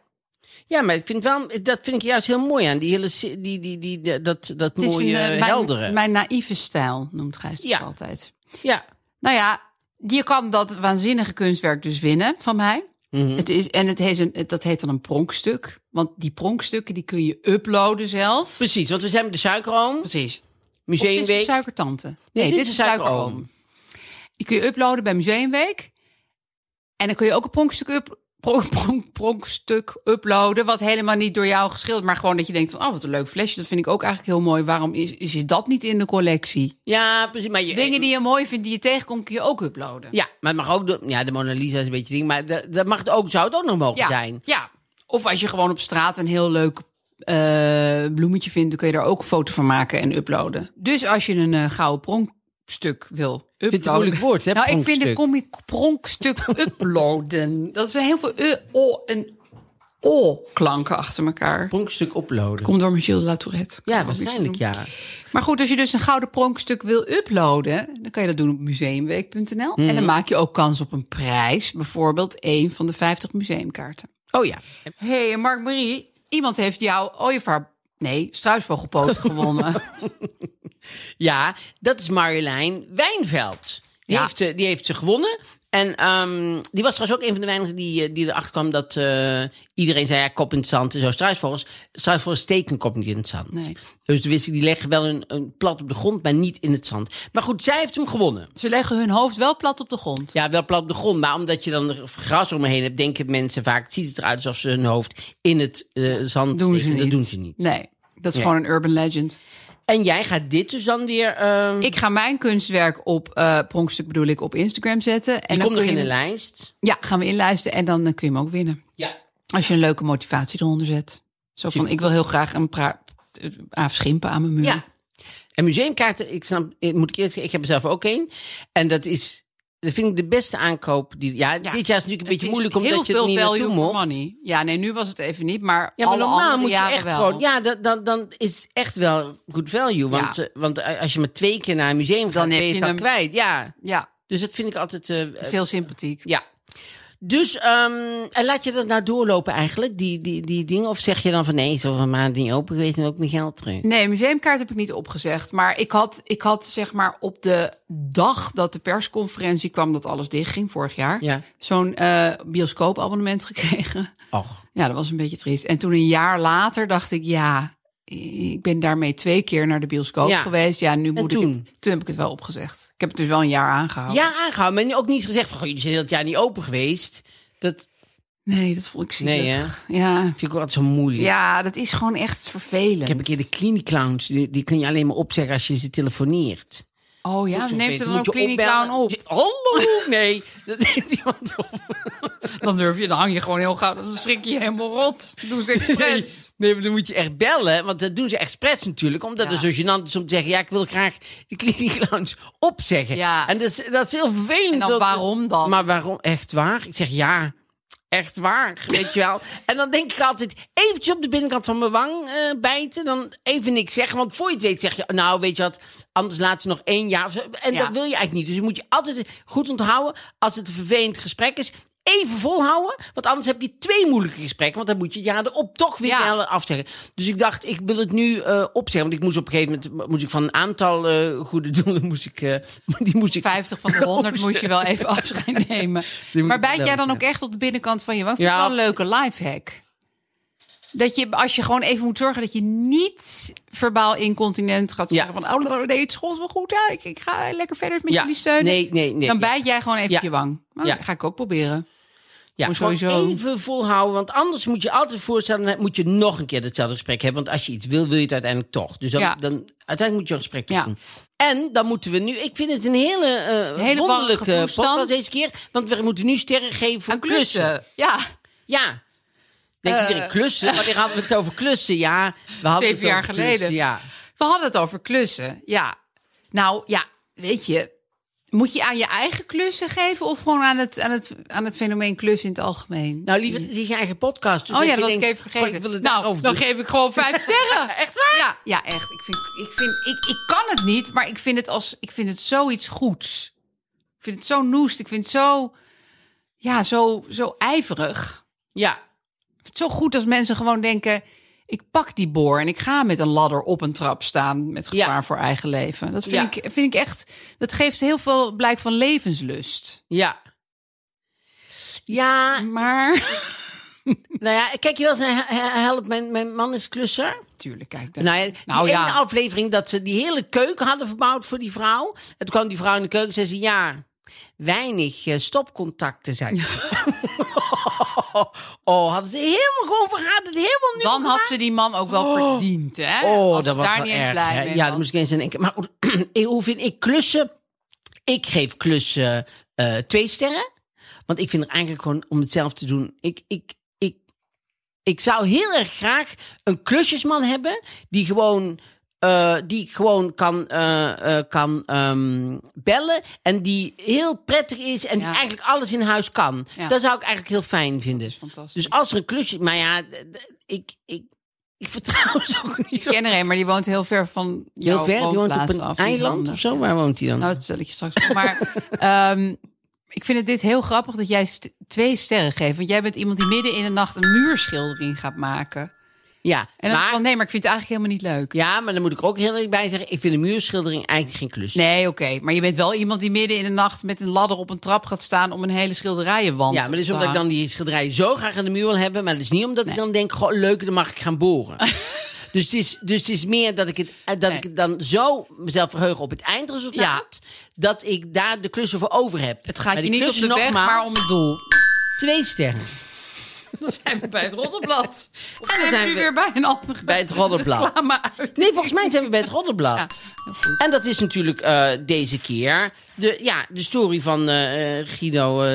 [SPEAKER 1] Ja, maar ik vind wel, dat vind ik juist heel mooi aan die hele, se- die, die, die, die- dat, dat
[SPEAKER 4] Het is
[SPEAKER 1] mooie,
[SPEAKER 4] een, eh,
[SPEAKER 1] heldere.
[SPEAKER 4] Mijn, mijn naïeve stijl noemt Gijs dat
[SPEAKER 1] Ja.
[SPEAKER 4] altijd.
[SPEAKER 1] ja.
[SPEAKER 4] Nou ja, je kan dat waanzinnige kunstwerk dus winnen van mij.
[SPEAKER 1] Mhm.
[SPEAKER 4] Het is, en het heet een, het- dat heet dan een pronkstuk. Want die pronkstukken die kun je uploaden zelf.
[SPEAKER 1] Precies, want we zijn met de suikeroom,
[SPEAKER 4] Precies. Of dit is een
[SPEAKER 1] museumweek.
[SPEAKER 4] suikertante. Nee,
[SPEAKER 1] dit
[SPEAKER 4] dit
[SPEAKER 1] is
[SPEAKER 4] is
[SPEAKER 1] een
[SPEAKER 4] suikeroom.
[SPEAKER 1] suikeroom.
[SPEAKER 4] Die kun je uploaden bij Museumweek. En dan kun je ook een pronkstuk, up, pronk, *laughs* pronk- pronkstuk uploaden... wat helemaal niet door jou geschilderd... maar gewoon dat je denkt van... oh, wat een leuk flesje, dat vind ik ook eigenlijk heel mooi. Waarom is, is dat niet in de collectie?
[SPEAKER 1] Ja, precies. Maar je,
[SPEAKER 4] Dingen die je mooi vindt, die je tegenkomt... kun je ook uploaden.
[SPEAKER 1] Eh, Ja, maar het mag ook, de, ja, de Mona Lisa is een beetje ding, maar dat, dat mag het ook, zou het ook nog mogen zijn.
[SPEAKER 4] Ja. Of als je gewoon op straat een heel leuk eh, bloemetje vindt, dan kun je daar ook een foto van maken en uploaden. Dus als je een eh, gouden pronkstuk wil uploaden.
[SPEAKER 1] het een moeilijk woord, hè,
[SPEAKER 4] Nou, ik vind
[SPEAKER 1] pronkstuk.
[SPEAKER 4] de combi-
[SPEAKER 1] *laughs*
[SPEAKER 4] pronkstuk uploaden. Dat zijn heel veel e, o en o klanken achter elkaar.
[SPEAKER 1] Pronkstuk uploaden.
[SPEAKER 4] Komt door Michel Latourette.
[SPEAKER 1] ja, waarschijnlijk ja.
[SPEAKER 4] Maar goed, als je dus een gouden pronkstuk wil uploaden, dan kan je dat doen op museumweek.nl. En
[SPEAKER 1] Mhm.
[SPEAKER 4] dan maak je ook kans op een prijs, bijvoorbeeld één van de 50 museumkaarten.
[SPEAKER 1] Oh ja.
[SPEAKER 4] Hé, hey, Mark Marie, iemand heeft jouw ooievaar... Nee,
[SPEAKER 1] *laughs*
[SPEAKER 4] struisvogelpoot gewonnen.
[SPEAKER 1] Ja, dat is Marjolein Wijnveld. Die,
[SPEAKER 4] Ja.
[SPEAKER 1] heeft, eh, die heeft ze gewonnen. En ehm, die was trouwens ook een van de weinigen die, eh, die erachter kwam dat eh, iedereen zei: ja, kop in het zand. En zo struisvogels. Struisvogels steken kop niet in het zand.
[SPEAKER 4] Nee.
[SPEAKER 1] Dus de wisten die leggen wel een, een plat op de grond, maar niet in het zand. Maar goed, zij heeft hem gewonnen.
[SPEAKER 4] Ze leggen hun hoofd wel plat op de grond.
[SPEAKER 1] Ja, wel plat op de grond. Maar omdat je dan er gras om me heen hebt, denken mensen vaak: het ziet het eruit alsof ze hun hoofd in het eh, zand
[SPEAKER 4] Doen ze
[SPEAKER 1] steken.
[SPEAKER 4] niet.
[SPEAKER 1] Dat doen ze niet.
[SPEAKER 4] Nee, dat is
[SPEAKER 1] Nee.
[SPEAKER 4] gewoon een urban legend.
[SPEAKER 1] En jij gaat dit dus dan weer. ehm
[SPEAKER 4] Ik ga mijn kunstwerk op eh pronkstuk bedoel ik op Instagram zetten. En
[SPEAKER 1] je komt nog
[SPEAKER 4] kun
[SPEAKER 1] in
[SPEAKER 4] je
[SPEAKER 1] de
[SPEAKER 4] hem-
[SPEAKER 1] lijst.
[SPEAKER 4] Ja, gaan we inlijsten en dan eh, kun je hem ook winnen.
[SPEAKER 1] Ja.
[SPEAKER 4] Als je een leuke motivatie eronder zet. Zo van,
[SPEAKER 1] Super.
[SPEAKER 4] ik wil heel graag een pra- eh, aaf schimpen aan mijn muur.
[SPEAKER 1] Ja. Mhm. En museumkaarten, ik snap, eh, moet ik eerlijk zeggen, ik heb er zelf ook één. En dat is, dat vind ik de beste aankoop. Die, ja, dit jaar is natuurlijk een beetje moeilijk omdat je er niet naartoe mocht.
[SPEAKER 4] money. Ja, nee, nu was het even niet, maar
[SPEAKER 1] Ja, maar
[SPEAKER 4] alle
[SPEAKER 1] normaal
[SPEAKER 4] andere
[SPEAKER 1] moet je
[SPEAKER 4] jaren
[SPEAKER 1] echt
[SPEAKER 4] wel.
[SPEAKER 1] gewoon... Ja, dan, dan, dan is het echt wel good value. Want,
[SPEAKER 4] Ja.
[SPEAKER 1] eh, want eh, als je maar twee keer naar een museum gaat,
[SPEAKER 4] Dan
[SPEAKER 1] ben
[SPEAKER 4] heb
[SPEAKER 1] je het
[SPEAKER 4] je
[SPEAKER 1] al
[SPEAKER 4] hem.
[SPEAKER 1] kwijt. Ja,
[SPEAKER 4] ja,
[SPEAKER 1] dus dat vind ik altijd... eh,
[SPEAKER 4] is heel sympathiek.
[SPEAKER 1] ja. Dus, ehm, en laat je dat nou doorlopen eigenlijk, die, die, die dingen? Of zeg je dan van nee, het is over een maand niet open geweest en ook mijn geld terug?
[SPEAKER 4] Nee, museumkaart heb ik niet opgezegd. Maar ik had, ik had zeg maar op de dag dat de persconferentie kwam... dat alles dichtging vorig jaar,
[SPEAKER 1] Ja.
[SPEAKER 4] zo'n eh bioscoopabonnement *laughs* gekregen.
[SPEAKER 1] Och.
[SPEAKER 4] Ja, dat was een beetje triest. En toen een jaar later dacht ik, ja, ik ben daarmee twee keer naar de bioscoop
[SPEAKER 1] Ja.
[SPEAKER 4] geweest. Ja, nu moet
[SPEAKER 1] toen?
[SPEAKER 4] ik het... Toen heb ik het wel opgezegd. Ik heb het dus wel een jaar aangehouden.
[SPEAKER 1] Ja, aangehouden. Maar ook niet gezegd van, goh, jullie zijn heel het jaar niet open geweest. Dat
[SPEAKER 4] Nee, dat vond ik zielig.
[SPEAKER 1] Nee, hè?
[SPEAKER 4] ja.
[SPEAKER 1] vind ik ook altijd zo moeilijk.
[SPEAKER 4] ja, dat is gewoon echt vervelend.
[SPEAKER 1] Ik heb een keer de klinieklowns, die, die kun je alleen maar opzeggen als je ze telefoneert.
[SPEAKER 4] Oh ja,
[SPEAKER 1] Zo
[SPEAKER 4] neemt
[SPEAKER 1] weet-
[SPEAKER 4] er dan
[SPEAKER 1] moet
[SPEAKER 4] ook
[SPEAKER 1] je
[SPEAKER 4] Clinic
[SPEAKER 1] opbellen.
[SPEAKER 4] Clown op.
[SPEAKER 1] Hallo! *laughs* Nee, dat neemt iemand op.
[SPEAKER 4] Dan durf je, dan hang je gewoon heel gauw. Dan schrik je helemaal rot. Doe ze
[SPEAKER 1] Nee,
[SPEAKER 4] expres.
[SPEAKER 1] nee, maar dan moet je echt bellen, want dat doen ze expres natuurlijk. Omdat
[SPEAKER 4] Ja.
[SPEAKER 1] het zo gênant is om te zeggen, ja, ik wil graag de klinieklowns opzeggen.
[SPEAKER 4] Ja.
[SPEAKER 1] En dat is, dat is heel vervelend.
[SPEAKER 4] En dan
[SPEAKER 1] dat-
[SPEAKER 4] waarom dan?
[SPEAKER 1] Maar waarom? Echt waar? Ik zeg ja. Echt waar, weet je wel. En dan denk ik altijd, eventjes op de binnenkant van mijn wang eh, bijten. Dan even niks zeggen. Want voor je het weet zeg je, nou weet je wat, anders laten ze nog één jaar. of zo. En
[SPEAKER 4] Ja.
[SPEAKER 1] dat wil je eigenlijk niet. Dus je moet je altijd goed onthouden, als het een vervelend gesprek is, even volhouden. Want anders heb je twee moeilijke gesprekken. Want dan moet je het jaar erop toch weer
[SPEAKER 4] Ja.
[SPEAKER 1] sneller afzeggen. Dus ik dacht, ik wil het nu eh, opzeggen. Want ik moest op een gegeven moment, moest ik van een aantal eh, goede doelen, moest ik, eh, *laughs* die moest ik
[SPEAKER 4] 50 van de 100 moet je wel even
[SPEAKER 1] *laughs*
[SPEAKER 4] afscheid nemen.
[SPEAKER 1] Oh, moet
[SPEAKER 4] Maar
[SPEAKER 1] ik
[SPEAKER 4] bijt jij
[SPEAKER 1] wel,
[SPEAKER 4] dan
[SPEAKER 1] ja.
[SPEAKER 4] ook echt op de binnenkant van je wang? Vind ik
[SPEAKER 1] Ja.
[SPEAKER 4] wel een leuke lifehack. Dat je, als je gewoon even moet zorgen dat je niet verbaal incontinent gaat
[SPEAKER 1] Ja.
[SPEAKER 4] zeggen van... Oh, nee, het school is wel goed. Ja, ik, ik ga lekker verder met
[SPEAKER 1] Ja.
[SPEAKER 4] jullie steunen.
[SPEAKER 1] Nee, nee, nee.
[SPEAKER 4] dan
[SPEAKER 1] Ja.
[SPEAKER 4] bijt jij gewoon even
[SPEAKER 1] Ja.
[SPEAKER 4] je wang. Nou,
[SPEAKER 1] Ja.
[SPEAKER 4] Dat ga ik ook proberen.
[SPEAKER 1] Ja,
[SPEAKER 4] Maar
[SPEAKER 1] gewoon
[SPEAKER 4] sowieso-
[SPEAKER 1] even volhouden. Want anders moet je altijd voorstellen... dan moet je nog een keer hetzelfde gesprek hebben. Want als je iets wil, wil je het uiteindelijk toch. Dus dan,
[SPEAKER 4] Ja.
[SPEAKER 1] dan uiteindelijk moet je een gesprek toch
[SPEAKER 4] Ja.
[SPEAKER 1] doen. En dan moeten we nu... Ik vind het een hele, eh,
[SPEAKER 4] Hele warrige
[SPEAKER 1] wonderlijke
[SPEAKER 4] toestand.
[SPEAKER 1] podcast deze keer. Want we moeten nu sterren geven voor
[SPEAKER 4] Aan klussen. Ja,
[SPEAKER 1] Ja. Denk iedereen klussen? Wanneer hadden we het over klussen? Ja, we hadden
[SPEAKER 4] Zeven
[SPEAKER 1] het over
[SPEAKER 4] jaar
[SPEAKER 1] klussen,
[SPEAKER 4] geleden.
[SPEAKER 1] ja.
[SPEAKER 4] we hadden het over klussen. Ja, nou ja, weet je... Moet je aan je eigen klussen geven of gewoon aan het, aan het, aan het fenomeen klussen in het algemeen?
[SPEAKER 1] Nou, liever, het is je eigen podcast. Dus
[SPEAKER 4] oh ja,
[SPEAKER 1] je
[SPEAKER 4] dat was ik
[SPEAKER 1] denkt,
[SPEAKER 4] even vergeten.
[SPEAKER 1] oh, ik wil het
[SPEAKER 4] nou,
[SPEAKER 1] daarover
[SPEAKER 4] dan
[SPEAKER 1] doen.
[SPEAKER 4] geef ik gewoon
[SPEAKER 1] *laughs*
[SPEAKER 4] vijf sterren. echt waar? Ja, ja echt. Ik, vind, ik, vind, ik, ik kan het niet, maar ik vind het, als, ik vind het zoiets goeds. Ik vind het zo noest. Ik vind het zo, ja, zo, zo ijverig.
[SPEAKER 1] Ja.
[SPEAKER 4] vind het zo goed als mensen gewoon denken... ik pak die boor en ik ga met een ladder op een trap staan... met gevaar
[SPEAKER 1] Ja.
[SPEAKER 4] voor eigen leven. Dat vind,
[SPEAKER 1] Ja.
[SPEAKER 4] ik, vind ik echt... dat geeft heel veel blijk van levenslust.
[SPEAKER 1] Ja. Ja,
[SPEAKER 4] Maar... *laughs*
[SPEAKER 1] nou ja, kijk je wel eens naar He- He- help, mijn, mijn man is klusser.
[SPEAKER 4] Tuurlijk, kijk. dat-
[SPEAKER 1] Nou, ja, die
[SPEAKER 4] Nou
[SPEAKER 1] ene
[SPEAKER 4] ja.
[SPEAKER 1] aflevering dat ze die hele keuken hadden verbouwd voor die vrouw. En toen kwam die vrouw in de keuken en zei ze, ja, weinig eh, stopcontacten zijn. *laughs* oh, hadden ze helemaal gewoon vergaat het helemaal nieuw
[SPEAKER 4] Dan had
[SPEAKER 1] gemaakt.
[SPEAKER 4] ze die man ook wel verdiend, hè?
[SPEAKER 1] Oh,
[SPEAKER 4] Als
[SPEAKER 1] dat
[SPEAKER 4] ze
[SPEAKER 1] was
[SPEAKER 4] daar
[SPEAKER 1] wel
[SPEAKER 4] niet
[SPEAKER 1] erg,
[SPEAKER 4] eens blij
[SPEAKER 1] hè.
[SPEAKER 4] mee
[SPEAKER 1] Ja,
[SPEAKER 4] was.
[SPEAKER 1] dat moest ik eens aan denken. Maar goed, *clears throat* hoe vind ik klussen? Ik geef klussen eh, twee sterren. Want ik vind er eigenlijk gewoon om het zelf te doen. Ik, ik, ik, ik zou heel erg graag een klusjesman hebben die gewoon. eh, die ik gewoon kan, eh, eh, kan ehm, bellen. En die heel prettig is. En die
[SPEAKER 4] Ja.
[SPEAKER 1] eigenlijk alles in huis kan.
[SPEAKER 4] Ja.
[SPEAKER 1] Dat zou ik eigenlijk heel fijn vinden.
[SPEAKER 4] fantastisch.
[SPEAKER 1] Dus als er een klusje. Maar ja, d- d- ik, ik, ik vertrouw ze ook niet zo
[SPEAKER 4] Ik ken er een, maar die woont heel ver van jouw
[SPEAKER 1] Heel ver, die woont op
[SPEAKER 4] woonplaats
[SPEAKER 1] een
[SPEAKER 4] af. Die is
[SPEAKER 1] eiland
[SPEAKER 4] handig.
[SPEAKER 1] of zo. Waar woont hij dan?
[SPEAKER 4] Nou, dat vertel ik je straks.
[SPEAKER 1] *laughs*
[SPEAKER 4] wel. Maar ehm, ik vind het dit heel grappig dat jij st- twee sterren geeft. Want jij bent iemand die midden in de nacht een muurschildering gaat maken.
[SPEAKER 1] ja,
[SPEAKER 4] En dan
[SPEAKER 1] maar,
[SPEAKER 4] van, nee, maar ik vind het eigenlijk helemaal niet leuk.
[SPEAKER 1] ja, maar dan moet ik ook heel erg bij zeggen... ik vind een muurschildering eigenlijk geen klus.
[SPEAKER 4] Nee, oké. Maar je bent wel iemand die midden in de nacht met een ladder op een trap gaat staan... om een hele schilderijenwand
[SPEAKER 1] ja, maar dat is
[SPEAKER 4] op te
[SPEAKER 1] omdat ik dan die schilderij zo graag aan de muur wil hebben... maar dat is niet omdat ik dan denk... goh, leuk, dan mag ik gaan
[SPEAKER 4] *laughs*
[SPEAKER 1] boren. dus, het is, dus het is meer dat ik het, eh, dat ik het dan zo mezelf verheug op het eindresultaat... dat ik daar de klussen voor over heb.
[SPEAKER 4] Het gaat
[SPEAKER 1] Maar
[SPEAKER 4] je
[SPEAKER 1] die
[SPEAKER 4] niet op de
[SPEAKER 1] klussen
[SPEAKER 4] weg,
[SPEAKER 1] nogmaals,
[SPEAKER 4] maar om het doel.
[SPEAKER 1] Twee sterren.
[SPEAKER 4] *laughs* Dan zijn we bij het Roddelblad.
[SPEAKER 1] *laughs*
[SPEAKER 4] En
[SPEAKER 1] dan zijn
[SPEAKER 4] dan zijn we nu
[SPEAKER 1] we
[SPEAKER 4] weer bij een andere
[SPEAKER 1] bij het Roddelblad.
[SPEAKER 4] reclame uit.
[SPEAKER 1] Nee, volgens mij zijn we bij het Roddenblad.
[SPEAKER 4] heel goed.
[SPEAKER 1] en dat is natuurlijk eh, deze keer de, ja, de story van eh, eh, Guido. eh,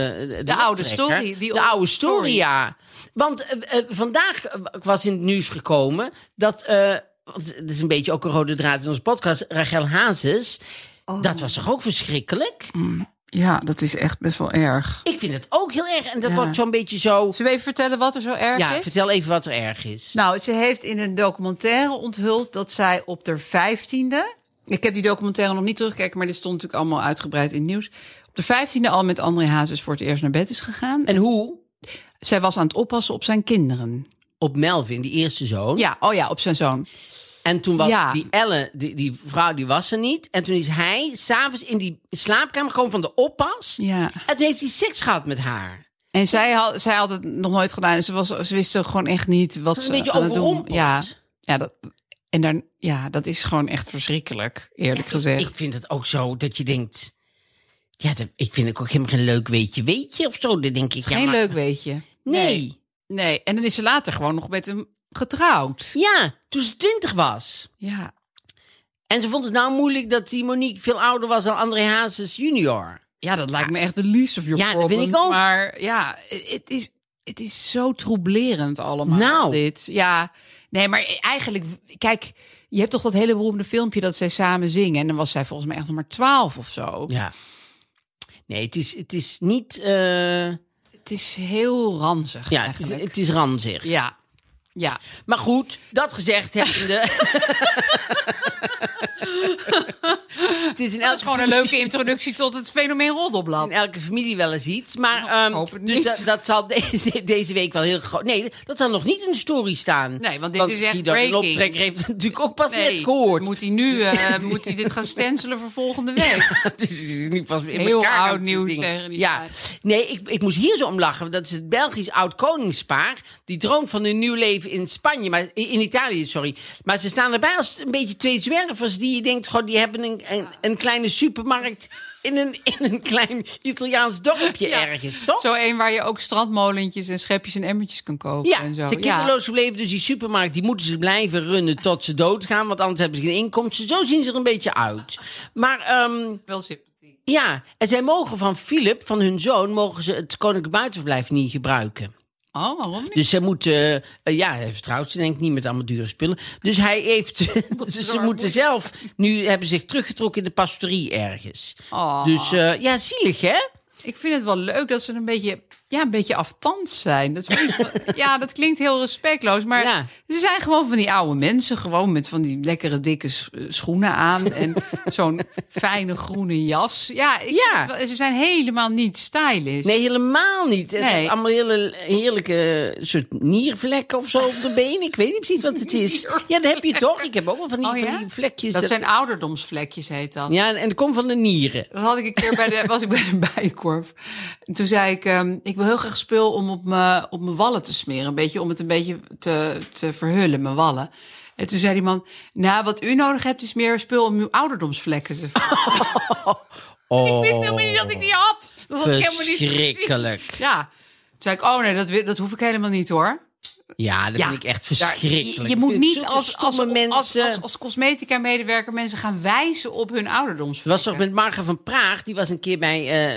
[SPEAKER 1] de
[SPEAKER 4] oude
[SPEAKER 1] Optrekker.
[SPEAKER 4] story, die
[SPEAKER 1] de oude
[SPEAKER 4] story.
[SPEAKER 1] story, ja. Want eh, eh, vandaag eh, was in het nieuws gekomen dat. eh, want het is een beetje ook een rode draad in onze podcast. Rachel Hazes.
[SPEAKER 4] Oh.
[SPEAKER 1] Dat was toch ook verschrikkelijk?
[SPEAKER 4] Mm. Ja, dat is echt best wel erg.
[SPEAKER 1] Ik vind het ook heel erg. En dat
[SPEAKER 4] Ja.
[SPEAKER 1] wordt zo'n beetje zo.
[SPEAKER 4] Zullen we even vertellen wat er zo erg
[SPEAKER 1] Ja,
[SPEAKER 4] is?
[SPEAKER 1] vertel even wat er erg is.
[SPEAKER 4] Nou, ze heeft in een documentaire onthuld dat zij op de vijftiende... Ik heb die documentaire nog niet teruggekeken, maar dit stond natuurlijk allemaal uitgebreid in het nieuws. Op de vijftiende al met André Hazes voor het eerst naar bed is gegaan.
[SPEAKER 1] En
[SPEAKER 4] En
[SPEAKER 1] hoe?
[SPEAKER 4] zij was aan het oppassen op zijn kinderen.
[SPEAKER 1] Op Melvin, die eerste zoon.
[SPEAKER 4] Ja, oh ja, op zijn zoon.
[SPEAKER 1] En toen was
[SPEAKER 4] Ja.
[SPEAKER 1] die Elle, die, die vrouw, die was er niet. En toen is hij s'avonds in die slaapkamer gewoon van de oppas.
[SPEAKER 4] Ja.
[SPEAKER 1] En toen heeft hij seks gehad met haar.
[SPEAKER 4] En zij had, zij had het nog nooit gedaan. En Ze, was, ze wist ook gewoon echt niet wat
[SPEAKER 1] Een
[SPEAKER 4] ze
[SPEAKER 1] beetje
[SPEAKER 4] aan het doen.
[SPEAKER 1] overrompeld.
[SPEAKER 4] Ja, ja, dat, en daar, ja, dat is gewoon echt verschrikkelijk, eerlijk gezegd.
[SPEAKER 1] Ik vind het ook zo dat je denkt... Ja, dat, ik vind het ook helemaal geen leuk weetje, weetje of zo. Dan denk ik, ja,
[SPEAKER 4] Geen
[SPEAKER 1] maar-
[SPEAKER 4] leuk, weet je.
[SPEAKER 1] Nee.
[SPEAKER 4] Nee, en dan is ze later gewoon nog met hem getrouwd.
[SPEAKER 1] Ja, toen ze twintig was.
[SPEAKER 4] Ja.
[SPEAKER 1] En ze vond het nou moeilijk dat die Monique veel ouder was dan André Hazes junior.
[SPEAKER 4] Ja, dat lijkt me echt de least of your
[SPEAKER 1] Ja, dat
[SPEAKER 4] problems.
[SPEAKER 1] vind ik ook.
[SPEAKER 4] Maar ja, het is, het is zo troublerend allemaal.
[SPEAKER 1] Nou.
[SPEAKER 4] Dit. Ja. Nee, maar e-, eigenlijk, kijk, je hebt toch dat hele beroemde filmpje dat zij samen zingen. En dan was zij volgens mij echt nog maar twaalf of zo.
[SPEAKER 1] Ja. Nee, het is, het is niet... eh,
[SPEAKER 4] Het is heel ranzig
[SPEAKER 1] ja, het is,
[SPEAKER 4] eigenlijk.
[SPEAKER 1] het is ranzig.
[SPEAKER 4] Ja. Ja.
[SPEAKER 1] Maar goed, dat gezegd
[SPEAKER 4] *laughs*
[SPEAKER 1] hebbende... het is in
[SPEAKER 4] Dat is
[SPEAKER 1] elke,
[SPEAKER 4] gewoon een leuke introductie tot het fenomeen roddelblad.
[SPEAKER 1] in elke familie wel eens iets. Maar ehm,
[SPEAKER 4] Nou, hoop het
[SPEAKER 1] dus
[SPEAKER 4] niet.
[SPEAKER 1] dat, dat zal deze, deze week wel heel groot... Nee, dat zal nog niet in de story staan.
[SPEAKER 4] Nee, want dit is echt
[SPEAKER 1] Guido de
[SPEAKER 4] breaking.
[SPEAKER 1] Loptrekker heeft het natuurlijk ook pas net
[SPEAKER 4] Nee,
[SPEAKER 1] gehoord.
[SPEAKER 4] Moet hij nu eh, moet hij dit gaan stencelen voor volgende week?
[SPEAKER 1] dus *laughs* het is nu pas in
[SPEAKER 4] Heel
[SPEAKER 1] elkaar aan
[SPEAKER 4] oud
[SPEAKER 1] het
[SPEAKER 4] nieuws
[SPEAKER 1] dingen.
[SPEAKER 4] tegen die
[SPEAKER 1] Ja,
[SPEAKER 4] tijd.
[SPEAKER 1] nee, ik, ik moest hier zo om lachen. want Dat is het Belgisch oud koningspaar. Die droomt van een nieuw leven in Spanje, maar in Italië, sorry. Maar ze staan erbij als een beetje twee zwervers die je denkt, god, die hebben een, een, een kleine supermarkt in een, in een klein Italiaans dorpje ergens, toch?
[SPEAKER 4] Zo één waar je ook strandmolentjes en schepjes en emmertjes kan kopen
[SPEAKER 1] Ja,
[SPEAKER 4] en zo.
[SPEAKER 1] ze kinderloos gebleven, dus die supermarkt die moeten ze blijven runnen tot ze doodgaan, want anders hebben ze geen inkomsten. Zo zien ze er een beetje uit. Maar ehm,
[SPEAKER 4] Ja, wel sympathie.
[SPEAKER 1] Ja, en zij mogen van Philip, van hun zoon, mogen ze het koninklijk buitenverblijf niet gebruiken.
[SPEAKER 4] Oh, waarom niet?
[SPEAKER 1] Dus zij moeten, eh, eh, ja, hij vertrouwt ze denk ik niet met allemaal dure spullen. Dus hij
[SPEAKER 4] *laughs*
[SPEAKER 1] heeft, *laughs* dus ze moeten zelf, nu hebben ze zich teruggetrokken in de pastorie ergens.
[SPEAKER 4] Oh.
[SPEAKER 1] Dus eh, ja, zielig hè?
[SPEAKER 4] Ik vind het wel leuk dat ze een beetje ja, een beetje afstand zijn. Dat vind ik- *laughs* ja, dat klinkt heel respectloos, maar
[SPEAKER 1] Ja.
[SPEAKER 4] ze zijn gewoon van die oude mensen, gewoon met van die lekkere dikke s- eh, schoenen *laughs* aan en zo'n fijne groene jas. Ja, ik
[SPEAKER 1] Ja.
[SPEAKER 4] vind het wel- ze zijn helemaal niet stylish.
[SPEAKER 1] Nee, helemaal niet. Het
[SPEAKER 4] Nee.
[SPEAKER 1] heeft allemaal hele heerlijke soort niervlekken of zo op de been. Ik weet niet precies wat het
[SPEAKER 4] *laughs*
[SPEAKER 1] is. Ja, dat heb je toch? Ik heb ook wel van die,
[SPEAKER 4] Oh, ja?
[SPEAKER 1] van die vlekjes.
[SPEAKER 4] dat, zijn ouderdomsvlekjes, heet dat.
[SPEAKER 1] Ja, en en dat komt van de nieren.
[SPEAKER 4] Dat had ik een keer bij de, was ik bij de bijenkorf. En toen zei ik, ehm, ik wil heel graag spul om op mijn op mijn wallen te smeren. Een beetje om het een beetje te, te verhullen, mijn wallen. En toen zei die man, nou, wat u nodig hebt is meer spul om uw ouderdomsvlekken te verhullen.
[SPEAKER 1] Oh.
[SPEAKER 4] *laughs* Ik wist helemaal niet dat ik die had. Dat had ik helemaal niet gezien.
[SPEAKER 1] Verschrikkelijk.
[SPEAKER 4] Ja. Toen zei ik, oh nee, dat, wi- dat hoef ik helemaal niet hoor.
[SPEAKER 1] Ja, dat
[SPEAKER 4] Ja,
[SPEAKER 1] vind ik echt
[SPEAKER 4] Daar-
[SPEAKER 1] verschrikkelijk.
[SPEAKER 4] je- je,
[SPEAKER 1] Ik
[SPEAKER 4] moet
[SPEAKER 1] vind
[SPEAKER 4] niet
[SPEAKER 1] zulke
[SPEAKER 4] als, als,
[SPEAKER 1] stomme
[SPEAKER 4] als,
[SPEAKER 1] mensen...
[SPEAKER 4] als, als, cosmetica-medewerker mensen gaan wijzen op hun
[SPEAKER 1] Het was
[SPEAKER 4] ouderdomsvlekken.
[SPEAKER 1] toch met Marga van Praag, die was een keer bij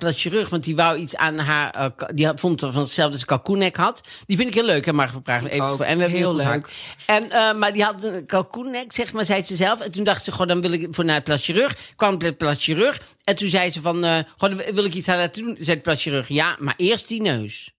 [SPEAKER 1] uh, Chirurg, want die wou iets aan haar, eh, ka- die had- vond er van hetzelfde als kalkoenek had. Die vind ik heel leuk, hè, Marga van Praag. Even
[SPEAKER 4] ook.
[SPEAKER 1] voor, en we hebben
[SPEAKER 4] Heel
[SPEAKER 1] goed
[SPEAKER 4] leuk.
[SPEAKER 1] hart. En, eh, maar die had een kalkoennek, zeg maar, zei ze zelf. En toen dacht ze, goh, dan wil ik voor naar het plaschirurg. Kwam het plaschirurg. En toen zei ze van, eh goh, dan wil ik iets aan laten doen. Zei de plaschirurg, ja, maar eerst die neus.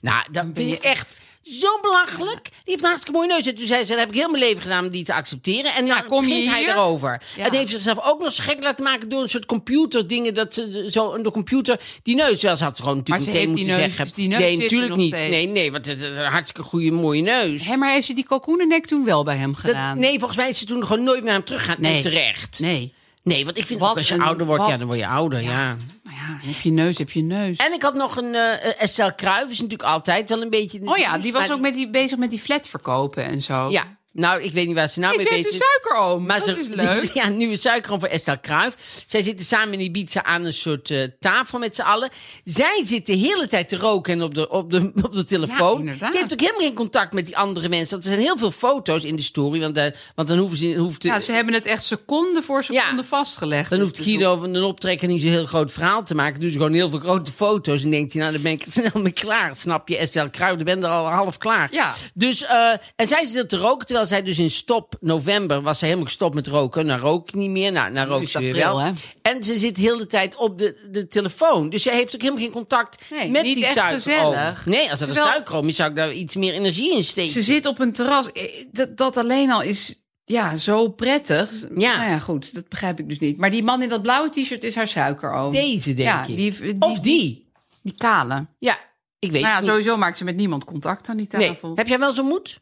[SPEAKER 1] Nou, dat
[SPEAKER 4] ben
[SPEAKER 1] vind
[SPEAKER 4] je
[SPEAKER 1] ik echt zo belachelijk. Die heeft een hartstikke mooie neus. En toen zei ze, dat heb ik heel mijn leven gedaan om die te accepteren. En dan
[SPEAKER 4] kom je
[SPEAKER 1] begint hij
[SPEAKER 4] hier?
[SPEAKER 1] erover.
[SPEAKER 4] Ja.
[SPEAKER 1] Het heeft zichzelf ook nog zo gek laten maken door een soort computerdingen. Dat ze zo in de computer die neus wel ze had gewoon natuurlijk
[SPEAKER 4] Maar ze
[SPEAKER 1] meteen
[SPEAKER 4] heeft die
[SPEAKER 1] moeten
[SPEAKER 4] neus,
[SPEAKER 1] zeggen.
[SPEAKER 4] dus die neus
[SPEAKER 1] nee,
[SPEAKER 4] zit er
[SPEAKER 1] natuurlijk
[SPEAKER 4] nog
[SPEAKER 1] niet.
[SPEAKER 4] steeds.
[SPEAKER 1] Nee, nee, want het is een hartstikke goede, mooie neus.
[SPEAKER 4] Hé, maar heeft ze die kalkoenennek toen wel bij hem
[SPEAKER 1] Dat-
[SPEAKER 4] gedaan?
[SPEAKER 1] nee, volgens mij is ze toen gewoon nooit meer aan hem teruggegaan.
[SPEAKER 4] Nee.
[SPEAKER 1] En terecht. Nee.
[SPEAKER 4] Nee.
[SPEAKER 1] want ik vind
[SPEAKER 4] Wat
[SPEAKER 1] ook als je
[SPEAKER 4] een-
[SPEAKER 1] ouder wordt, ja,
[SPEAKER 4] wat-
[SPEAKER 1] dan word je ouder, ja.
[SPEAKER 4] Nou ja, heb je neus, heb je neus.
[SPEAKER 1] En ik had nog een eh Estelle Kruijf, is natuurlijk altijd wel een beetje...
[SPEAKER 4] oh ja, die was
[SPEAKER 1] maar
[SPEAKER 4] ook met die, bezig met die flat verkopen en zo.
[SPEAKER 1] Ja, nou, ik weet niet waar ze nou
[SPEAKER 4] Hey,
[SPEAKER 1] mee
[SPEAKER 4] ze
[SPEAKER 1] bezig
[SPEAKER 4] heeft
[SPEAKER 1] is.
[SPEAKER 4] een suikeroom.
[SPEAKER 1] Maar
[SPEAKER 4] dat
[SPEAKER 1] ze-
[SPEAKER 4] is leuk.
[SPEAKER 1] *laughs* Ja, nieuwe suikeroom voor Estelle Kruif. Zij zitten samen in Ibiza aan een soort eh, tafel met z'n allen. Zij zit de hele tijd te roken en op de, op de, *laughs* op de
[SPEAKER 4] Ja,
[SPEAKER 1] telefoon.
[SPEAKER 4] inderdaad.
[SPEAKER 1] ze heeft ook helemaal geen contact met die andere mensen. Want er zijn heel veel foto's in de story. Want, eh, want dan hoeven ze... Hoeft de,
[SPEAKER 4] Ja, ze hebben het echt seconde voor seconde
[SPEAKER 1] Ja.
[SPEAKER 4] vastgelegd. Dus
[SPEAKER 1] dan hoeft Guido van een optrekker niet zo'n heel groot verhaal te maken. Doet ze gewoon heel veel grote foto's. En denkt hij, nou, dan ben ik *laughs* er snel mee klaar. Snap je, Estelle Kruijf, dan ben je er al half klaar.
[SPEAKER 4] Ja.
[SPEAKER 1] Dus, eh, en zij zit te roken. Terwijl zij dus in stop november was ze helemaal gestopt met roken. Nou rook ik niet meer. Nou, nou rook
[SPEAKER 4] is
[SPEAKER 1] ze
[SPEAKER 4] het
[SPEAKER 1] weer
[SPEAKER 4] april,
[SPEAKER 1] wel.
[SPEAKER 4] hè?
[SPEAKER 1] En ze zit heel de tijd op de, de telefoon. Dus ze heeft ook helemaal geen contact
[SPEAKER 4] Nee,
[SPEAKER 1] met
[SPEAKER 4] niet
[SPEAKER 1] die
[SPEAKER 4] echt
[SPEAKER 1] suikeroom.
[SPEAKER 4] gezellig.
[SPEAKER 1] Nee, als dat
[SPEAKER 4] Terwijl-
[SPEAKER 1] een suikeroom is, zou ik daar iets meer energie in steken.
[SPEAKER 4] Ze zit op een terras. Eh, Dat, dat alleen al is ja, zo prettig.
[SPEAKER 1] Ja.
[SPEAKER 4] Nou ja, goed, dat begrijp ik dus niet. Maar die man in dat blauwe t-shirt is haar suikeroom.
[SPEAKER 1] Deze, denk
[SPEAKER 4] ja,
[SPEAKER 1] ik.
[SPEAKER 4] Die, die,
[SPEAKER 1] of die.
[SPEAKER 4] Die kale.
[SPEAKER 1] Ja, ik weet
[SPEAKER 4] Nou ja,
[SPEAKER 1] het niet.
[SPEAKER 4] sowieso maakt ze met niemand contact aan die
[SPEAKER 1] Nee.
[SPEAKER 4] tafel.
[SPEAKER 1] Heb jij wel zo'n moed?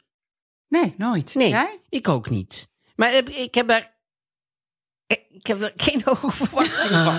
[SPEAKER 4] Nee, nooit.
[SPEAKER 1] Nee,
[SPEAKER 4] Jij?
[SPEAKER 1] ik ook niet. Maar heb- ik heb daar... eh, Ik heb er *laughs* geen hoge verwachtingen van.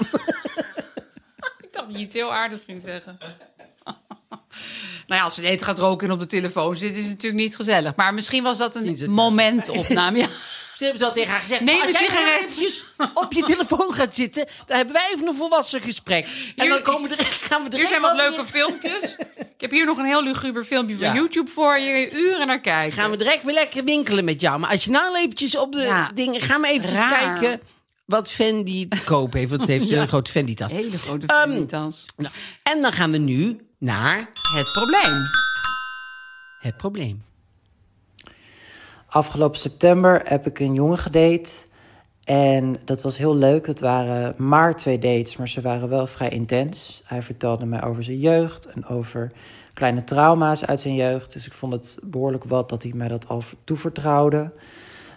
[SPEAKER 4] Ik dacht dat je iets heel aardigs ging zeggen. *laughs* nou ja, als ze eten gaat roken en op de telefoon zit, is het natuurlijk niet gezellig. Maar misschien was dat
[SPEAKER 1] Niet zo
[SPEAKER 4] een
[SPEAKER 1] terug.
[SPEAKER 4] momentopname. Ja.
[SPEAKER 1] Ze hebben dat tegen haar gezegd.
[SPEAKER 4] Neem
[SPEAKER 1] als
[SPEAKER 4] een
[SPEAKER 1] jij
[SPEAKER 4] sigaret.
[SPEAKER 1] eventjes op je telefoon gaat zitten, dan hebben wij even een volwassen gesprek. En
[SPEAKER 4] Hier-
[SPEAKER 1] dan komen we direct, gaan we direct
[SPEAKER 4] Hier zijn wat
[SPEAKER 1] wel
[SPEAKER 4] leuke
[SPEAKER 1] weer-
[SPEAKER 4] filmpjes. Ik heb hier nog een heel luguber filmpje van
[SPEAKER 1] Ja.
[SPEAKER 4] YouTube voor je. Uren naar kijken.
[SPEAKER 1] Gaan we direct weer lekker winkelen met jou. Maar als je nou eventjes op de
[SPEAKER 4] Ja.
[SPEAKER 1] dingen... Ga maar eventjes
[SPEAKER 4] Raar.
[SPEAKER 1] kijken wat Fendi te koop heeft. Want het
[SPEAKER 4] *laughs*
[SPEAKER 1] heeft een hele grote Fendi-tas.
[SPEAKER 4] Hele grote
[SPEAKER 1] Ehm,
[SPEAKER 4] filmpjes.
[SPEAKER 1] Nou, en dan gaan we nu naar
[SPEAKER 4] Het probleem.
[SPEAKER 1] het probleem.
[SPEAKER 6] Afgelopen september heb ik een jongen gedate. En dat was heel leuk. Het waren maar twee dates, maar ze waren wel vrij intens. Hij vertelde mij over zijn jeugd en over kleine trauma's uit zijn jeugd. Dus ik vond het behoorlijk wat dat hij mij dat al toevertrouwde.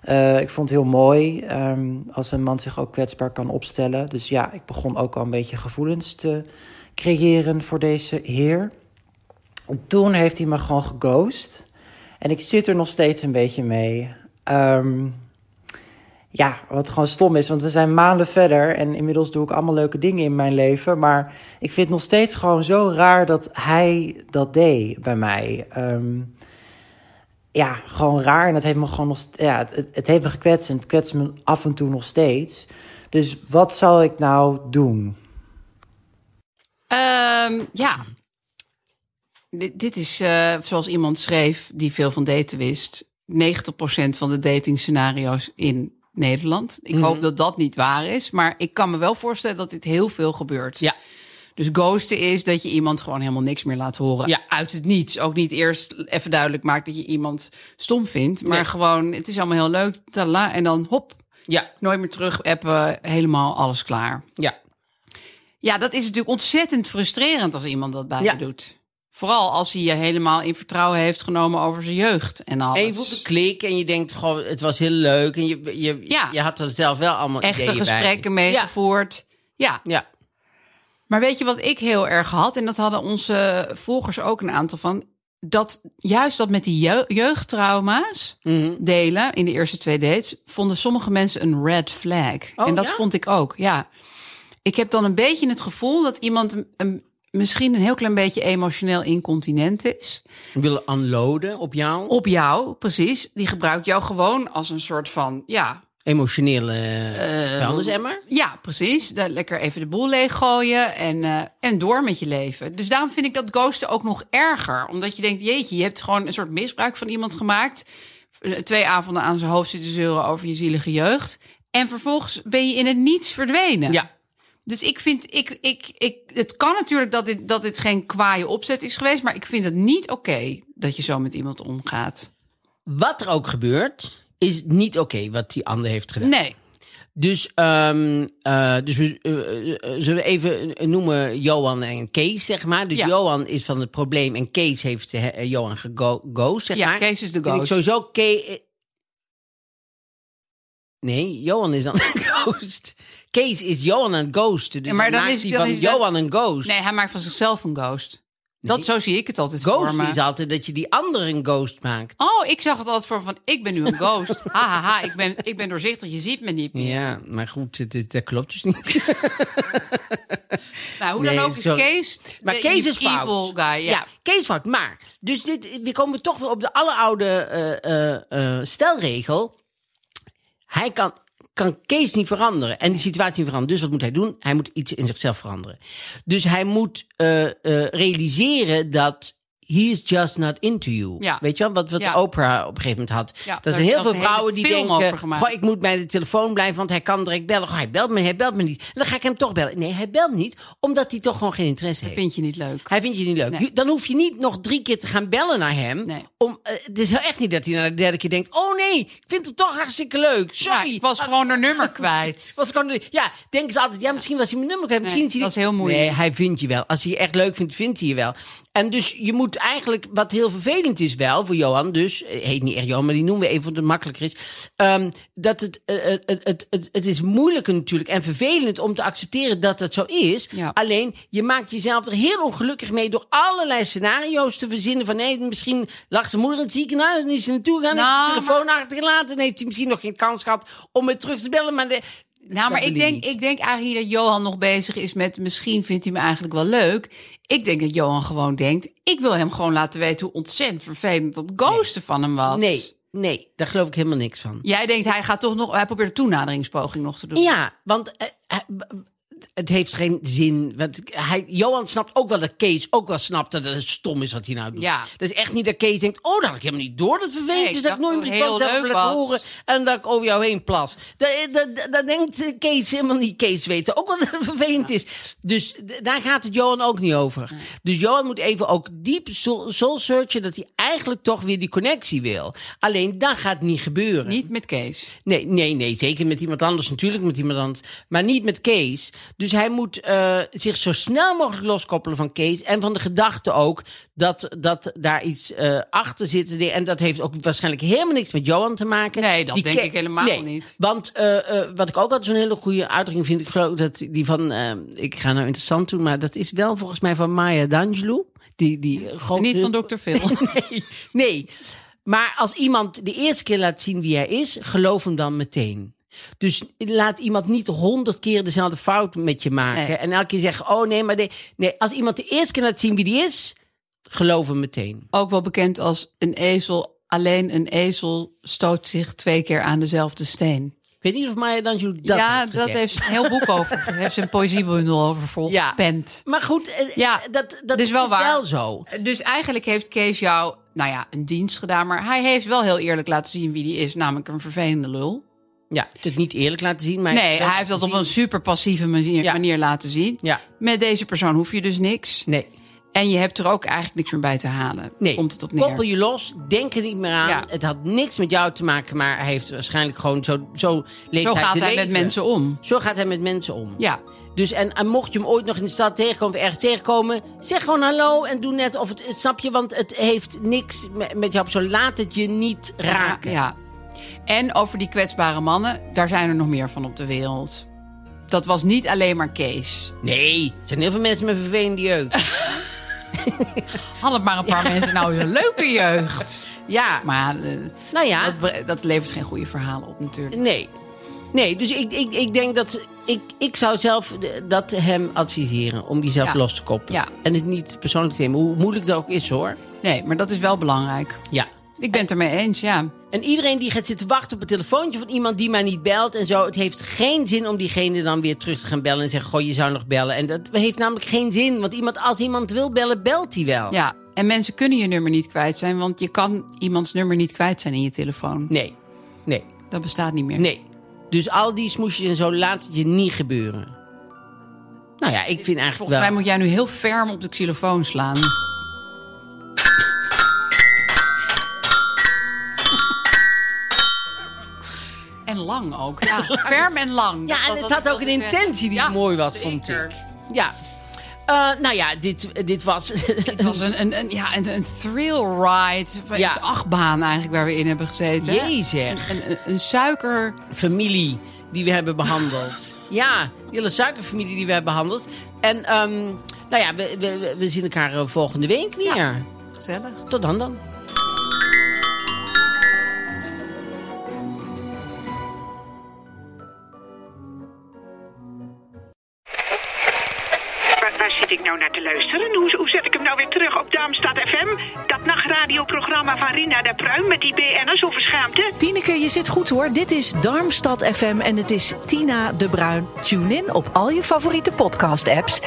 [SPEAKER 6] Eh, ik vond het heel mooi ehm, als een man zich ook kwetsbaar kan opstellen. Dus ja, ik begon ook al een beetje gevoelens te creëren voor deze heer. En toen heeft hij me gewoon geghost. En ik zit er nog steeds een beetje mee. Ehm, ja, wat gewoon stom is, want we zijn maanden verder en inmiddels doe ik allemaal leuke dingen in mijn leven. Maar ik vind het nog steeds gewoon zo raar dat hij dat deed bij mij. Ehm, ja, gewoon raar en dat heeft me gewoon nog st- ja, het, het- het heeft me gekwetst en het kwetst me af en toe nog steeds. Dus wat zal ik nou doen?
[SPEAKER 4] Ehm, ja. Dit, dit is, eh, zoals iemand schreef die veel van daten wist, 90% van de datingscenario's in Nederland. Ik hoop dat dat niet waar is, maar ik kan me wel voorstellen dat dit heel veel gebeurt.
[SPEAKER 1] Ja.
[SPEAKER 4] Dus ghosten is dat je iemand gewoon helemaal niks meer laat horen.
[SPEAKER 1] Ja.
[SPEAKER 4] Uit het niets. Ook niet eerst even duidelijk maakt dat je iemand stom vindt. Maar
[SPEAKER 1] Nee.
[SPEAKER 4] gewoon, het is allemaal heel leuk. Tala, en dan hop,
[SPEAKER 1] Ja,
[SPEAKER 4] nooit meer terug appen. Helemaal alles klaar.
[SPEAKER 1] ja.
[SPEAKER 4] Ja, dat is natuurlijk ontzettend frustrerend als iemand dat bij
[SPEAKER 1] Ja.
[SPEAKER 4] je doet. Vooral als hij je helemaal in vertrouwen heeft genomen over zijn jeugd en alles.
[SPEAKER 1] En je voelt een klik en je denkt, goh, het was heel leuk. En je, je,
[SPEAKER 4] Ja.
[SPEAKER 1] je had er zelf wel allemaal
[SPEAKER 4] echte
[SPEAKER 1] ideeën bij.
[SPEAKER 4] gesprekken
[SPEAKER 1] Ja,
[SPEAKER 4] meegevoerd. Ja.
[SPEAKER 1] ja.
[SPEAKER 4] maar weet je wat ik heel erg had? En dat hadden onze volgers ook een aantal van. Dat juist dat met die jeu- jeugdtrauma's
[SPEAKER 1] Mhm.
[SPEAKER 4] delen in de eerste twee dates, vonden sommige mensen een red flag.
[SPEAKER 1] Oh,
[SPEAKER 4] en dat
[SPEAKER 1] ja?
[SPEAKER 4] vond ik ook, ja. Ik heb dan een beetje het gevoel dat iemand een- een- misschien een heel klein beetje emotioneel incontinent is.
[SPEAKER 1] We willen unloaden op jou.
[SPEAKER 4] Op jou, precies. Die gebruikt jou gewoon als een soort van, ja,
[SPEAKER 1] Emotionele
[SPEAKER 4] Eh,
[SPEAKER 1] uh, vuilnisemmer.
[SPEAKER 4] Ja, precies. Daar lekker even de boel leeggooien en, eh, en door met je leven. Dus daarom vind ik dat ghosten ook nog erger. Omdat je denkt, jeetje, je hebt gewoon een soort misbruik van iemand gemaakt. Eh, Twee avonden aan zijn hoofd zitten zeuren over je zielige jeugd. En vervolgens ben je in het niets verdwenen.
[SPEAKER 1] Ja.
[SPEAKER 4] Dus ik vind, ik, ik, ik, het kan natuurlijk dat dit, dat dit geen kwaaie opzet is geweest. Maar ik vind het niet oké dat je zo met iemand omgaat.
[SPEAKER 1] Wat er ook gebeurt, is niet oké wat die ander heeft gedaan.
[SPEAKER 4] Nee.
[SPEAKER 1] Dus, ehm, eh, dus we, eh, eh, zullen we even eh, noemen Johan en Kees, zeg maar. Dus
[SPEAKER 4] Ja.
[SPEAKER 1] Johan is van het probleem en Kees heeft eh, Johan geghost, zeg
[SPEAKER 4] Ja,
[SPEAKER 1] maar.
[SPEAKER 4] Kees is de
[SPEAKER 1] Vind ik
[SPEAKER 4] ghost.
[SPEAKER 1] sowieso Kees... Nee, Johan is dan
[SPEAKER 4] *laughs*
[SPEAKER 1] een ghost. Kees is Johan een ghost. Dus
[SPEAKER 4] Ja, maar dan
[SPEAKER 1] maakt
[SPEAKER 4] is-
[SPEAKER 1] hij
[SPEAKER 4] dan
[SPEAKER 1] van
[SPEAKER 4] is dat-
[SPEAKER 1] Johan een ghost.
[SPEAKER 4] Nee, hij maakt van zichzelf een ghost. Dat, zo zie ik het altijd voor
[SPEAKER 1] Ghost
[SPEAKER 4] me.
[SPEAKER 1] is altijd dat je die ander een ghost maakt.
[SPEAKER 4] Oh, ik zag het altijd voor van, ik ben nu een ghost. *laughs* ha, ha, ha, ik ben, ik ben doorzichtig, je ziet me niet meer.
[SPEAKER 1] Ja, maar goed, het- het- dat klopt dus niet.
[SPEAKER 4] Nou, hoe
[SPEAKER 1] Nee,
[SPEAKER 4] dan ook is
[SPEAKER 1] sorry.
[SPEAKER 4] Kees
[SPEAKER 1] Maar
[SPEAKER 4] de
[SPEAKER 1] Kees is fout.
[SPEAKER 4] evil guy. Ja.
[SPEAKER 1] Ja, Kees fout. Maar, dus dit, we komen toch weer op de alleroude eh eh, eh, stelregel. Hij kan, kan Kees niet veranderen en die situatie niet veranderen. Dus wat moet hij doen? Hij moet iets in zichzelf veranderen. Dus hij moet eh, eh, realiseren dat... He is just not into you.
[SPEAKER 4] Ja.
[SPEAKER 1] Weet je wel, wat, wat
[SPEAKER 4] Ja.
[SPEAKER 1] Oprah op een gegeven moment had.
[SPEAKER 4] Ja,
[SPEAKER 1] dat
[SPEAKER 4] daar
[SPEAKER 1] zijn heel
[SPEAKER 4] is
[SPEAKER 1] veel
[SPEAKER 4] zelfs een hele
[SPEAKER 1] vrouwen die
[SPEAKER 4] film
[SPEAKER 1] denken...
[SPEAKER 4] over gemaakt.
[SPEAKER 1] "Goh, ik moet bij de telefoon blijven, want hij kan direct bellen. Goh, hij belt me, hij belt me niet. En dan ga ik hem toch bellen. Nee, hij belt niet, omdat hij toch gewoon geen interesse heeft.
[SPEAKER 4] Vind je niet leuk?
[SPEAKER 1] Hij vindt je niet leuk.
[SPEAKER 4] Nee.
[SPEAKER 1] Je- Dan hoef je niet nog drie keer te gaan bellen naar hem.
[SPEAKER 4] Nee.
[SPEAKER 1] Om, eh, het is heel echt niet dat hij na de derde keer denkt... oh nee, ik vind het toch hartstikke leuk.
[SPEAKER 4] Ja,
[SPEAKER 1] Sorry.
[SPEAKER 4] Nou, ik was gewoon haar nummer kwijt.
[SPEAKER 1] Was gewoon de- ja, denken ze altijd... ja, misschien was hij mijn nummer kwijt. Misschien
[SPEAKER 4] Nee,
[SPEAKER 1] is hij
[SPEAKER 4] dat
[SPEAKER 1] niet-
[SPEAKER 4] is heel moeilijk.
[SPEAKER 1] Nee, hij vindt je wel. Als hij je echt leuk vindt, vindt hij je wel. En dus je moet eigenlijk... wat heel vervelend is wel voor Johan dus... eh, heet niet echt Johan, maar die noemen we even... omdat het makkelijker is. ehm, dat het, eh, eh, het, het, het, het is moeilijker natuurlijk... en vervelend om te accepteren dat dat zo is.
[SPEAKER 4] Ja.
[SPEAKER 1] Alleen, je maakt jezelf er heel ongelukkig mee door allerlei scenario's te verzinnen. Van nee, misschien lag zijn moeder in het ziekenhuis en is ze naartoe gegaan.
[SPEAKER 4] Nou,
[SPEAKER 1] heeft de telefoon achtergelaten en heeft hij misschien nog geen kans gehad om het terug te bellen. Maar de,
[SPEAKER 4] Nou, maar
[SPEAKER 1] *laughs* Dat
[SPEAKER 4] ik
[SPEAKER 1] wil hij
[SPEAKER 4] denk,
[SPEAKER 1] niet.
[SPEAKER 4] ik denk eigenlijk niet dat Johan nog bezig is met... misschien vindt hij me eigenlijk wel leuk. Ik denk dat Johan gewoon denkt... ik wil hem gewoon laten weten hoe ontzettend vervelend dat ghosten van hem was.
[SPEAKER 1] nee, nee, daar geloof ik helemaal niks van.
[SPEAKER 4] Jij denkt, hij gaat toch nog... hij probeert een toenaderingspoging nog te doen.
[SPEAKER 1] Ja, want eh, eh, b- b- het heeft geen zin. Want hij, Johan snapt ook wel dat Kees ook wel snapt dat het stom is wat hij nou doet.
[SPEAKER 4] Ja.
[SPEAKER 1] Dat is echt niet dat Kees denkt, oh, dat had ik helemaal niet door. Dat vervelend
[SPEAKER 4] Nee, ik
[SPEAKER 1] is dat ik
[SPEAKER 4] dacht
[SPEAKER 1] nooit
[SPEAKER 4] dat
[SPEAKER 1] meer
[SPEAKER 4] het
[SPEAKER 1] iemand
[SPEAKER 4] heel
[SPEAKER 1] heb
[SPEAKER 4] leuk
[SPEAKER 1] laten
[SPEAKER 4] was.
[SPEAKER 1] horen en dat ik over jou heen plas. Dat, dat, dat, dat denkt eh, Kees helemaal niet. Kees weet ook wel dat het vervelend is. Dus d- daar gaat het Johan ook niet over. Dus Johan moet even ook diep soul soul searchen dat hij eigenlijk toch weer die connectie wil. Alleen dat gaat niet gebeuren.
[SPEAKER 4] Niet met Kees.
[SPEAKER 1] Nee, nee, nee, zeker met iemand anders. Natuurlijk met iemand anders. Maar niet met Kees. Dus hij moet eh, zich zo snel mogelijk loskoppelen van Kees. En van de gedachte ook dat, dat daar iets eh, achter zit. En dat heeft ook waarschijnlijk helemaal niks met Johan te maken.
[SPEAKER 4] Nee, dat denk
[SPEAKER 1] Ke-
[SPEAKER 4] ik helemaal
[SPEAKER 1] Nee,
[SPEAKER 4] niet.
[SPEAKER 1] Want eh, eh, wat ik ook altijd zo'n hele goede uitdrukking vind. Ik geloof dat die van... eh, ik ga nou interessant doen, maar dat is wel volgens mij van Maya D'Angelou. Die, die grote...
[SPEAKER 4] Niet van Dr. Phil.
[SPEAKER 1] Nee, *laughs* nee. Maar als iemand de eerste keer laat zien wie hij is, geloof hem dan meteen. Dus laat iemand niet honderd keer dezelfde fout met je maken.
[SPEAKER 4] Nee.
[SPEAKER 1] En elke keer zeggen, oh nee, maar nee. nee. Als iemand de eerste keer laat zien wie die is, geloof hem meteen.
[SPEAKER 4] *laughs* ook wel bekend als een ezel. Alleen een ezel stoot zich twee keer aan dezelfde steen.
[SPEAKER 1] Ik weet niet of Maya D'Angelo dat
[SPEAKER 4] ja,
[SPEAKER 1] heeft
[SPEAKER 4] dat
[SPEAKER 1] gezegd.
[SPEAKER 4] heeft ze een heel boek over. Daar heeft ze een poëziebundel over vol
[SPEAKER 1] Ja.
[SPEAKER 4] gepend.
[SPEAKER 1] Maar goed, eh,
[SPEAKER 4] Ja,
[SPEAKER 1] dat, dat
[SPEAKER 4] dus wel
[SPEAKER 1] is
[SPEAKER 4] waar.
[SPEAKER 1] wel zo.
[SPEAKER 4] Dus eigenlijk heeft Kees jou, nou ja, een dienst gedaan. Maar hij heeft wel heel eerlijk laten zien wie die is. Namelijk een vervelende lul.
[SPEAKER 1] Ja, het niet eerlijk laten zien. Maar
[SPEAKER 4] Nee, hij heeft dat op een super passieve manier,
[SPEAKER 1] Ja.
[SPEAKER 4] manier laten zien.
[SPEAKER 1] Ja,
[SPEAKER 4] Met deze persoon hoef je dus niks.
[SPEAKER 1] nee.
[SPEAKER 4] En je hebt er ook eigenlijk niks meer bij te halen.
[SPEAKER 1] Nee,
[SPEAKER 4] Komt het op neer.
[SPEAKER 1] koppel je los, denk er niet meer aan.
[SPEAKER 4] Ja.
[SPEAKER 1] Het had niks met jou te maken, maar hij heeft waarschijnlijk gewoon zo, zo leeft
[SPEAKER 4] Zo
[SPEAKER 1] hij
[SPEAKER 4] gaat
[SPEAKER 1] te
[SPEAKER 4] hij met
[SPEAKER 1] leven.
[SPEAKER 4] mensen om.
[SPEAKER 1] Zo gaat hij met mensen om.
[SPEAKER 4] Ja.
[SPEAKER 1] Dus en, en mocht je hem ooit nog in de stad tegenkomen of ergens tegenkomen, zeg gewoon hallo en doe net of het, het- snap je, want het heeft niks me- met jou op. Zo laat het je niet raken.
[SPEAKER 4] Ja. En over die kwetsbare mannen, daar zijn er nog meer van op de wereld. Dat was niet alleen maar Kees.
[SPEAKER 1] Nee, er zijn heel veel mensen met vervelende jeugd.
[SPEAKER 4] Had het maar een paar mensen nou eens een leuke jeugd.
[SPEAKER 1] ja,
[SPEAKER 4] *laughs* Maar eh,
[SPEAKER 1] nou ja.
[SPEAKER 4] dat, bre- dat levert geen goede verhalen op natuurlijk.
[SPEAKER 1] Nee. Nee, dus ik, ik, ik denk dat... ze- Ik, ik zou zelf eh, dat hem adviseren. Om jezelf
[SPEAKER 4] Ja.
[SPEAKER 1] los te koppelen.
[SPEAKER 4] Ja.
[SPEAKER 1] En het niet persoonlijk te nemen. Hoe moeilijk dat ook is, hoor.
[SPEAKER 4] Nee, maar dat is wel belangrijk.
[SPEAKER 1] Ja.
[SPEAKER 4] Ik ben het ermee eens, ja.
[SPEAKER 1] En iedereen die gaat zitten wachten op een telefoontje van iemand die mij niet belt en zo. Het heeft geen zin om diegene dan weer terug te gaan bellen en zeggen: Goh, je zou nog bellen. En dat heeft namelijk geen zin. Want iemand, als iemand wil bellen, belt hij wel.
[SPEAKER 4] ja. En mensen kunnen je nummer niet kwijt zijn, want je kan iemands nummer niet kwijt zijn in je telefoon.
[SPEAKER 1] Nee. Nee.
[SPEAKER 4] Dat bestaat niet meer.
[SPEAKER 1] Nee. Dus al die smoesjes en zo laat het je niet gebeuren. Nou ja, ik vind eigenlijk
[SPEAKER 4] Volgens
[SPEAKER 1] wel.
[SPEAKER 4] mij moet jij nu heel ferm op de xylofoon slaan. *laughs* En lang ook. Ja, ferm en lang.
[SPEAKER 1] Ja, en het had ook een intentie die mooi was, vond ik. Ja. Eh, nou ja, dit, dit was. *laughs*
[SPEAKER 4] Het was een, een, een, ja, een, een thrill ride. Een
[SPEAKER 1] Ja.
[SPEAKER 4] achtbaan eigenlijk waar we in hebben gezeten.
[SPEAKER 1] Jezus.
[SPEAKER 4] Een, een, een suiker...
[SPEAKER 1] familie die we hebben behandeld. ja, die hele suikerfamilie die we hebben behandeld. En ehm, nou ja, we, we, we- we zien elkaar eh, volgende week weer.
[SPEAKER 4] Gezellig.
[SPEAKER 1] Tot dan dan.
[SPEAKER 7] Waar, waar zit ik nou naar te luisteren? Hoe, hoe zet ik hem nou weer terug op Darmstad FM? Dat nachtradioprogramma van Rina de Pruim met die BN'ers over schaamte?
[SPEAKER 8] Tineke, je zit goed hoor. Dit is Darmstad FM en het is Tina de Bruin. Tune in op al je favoriete podcast-apps.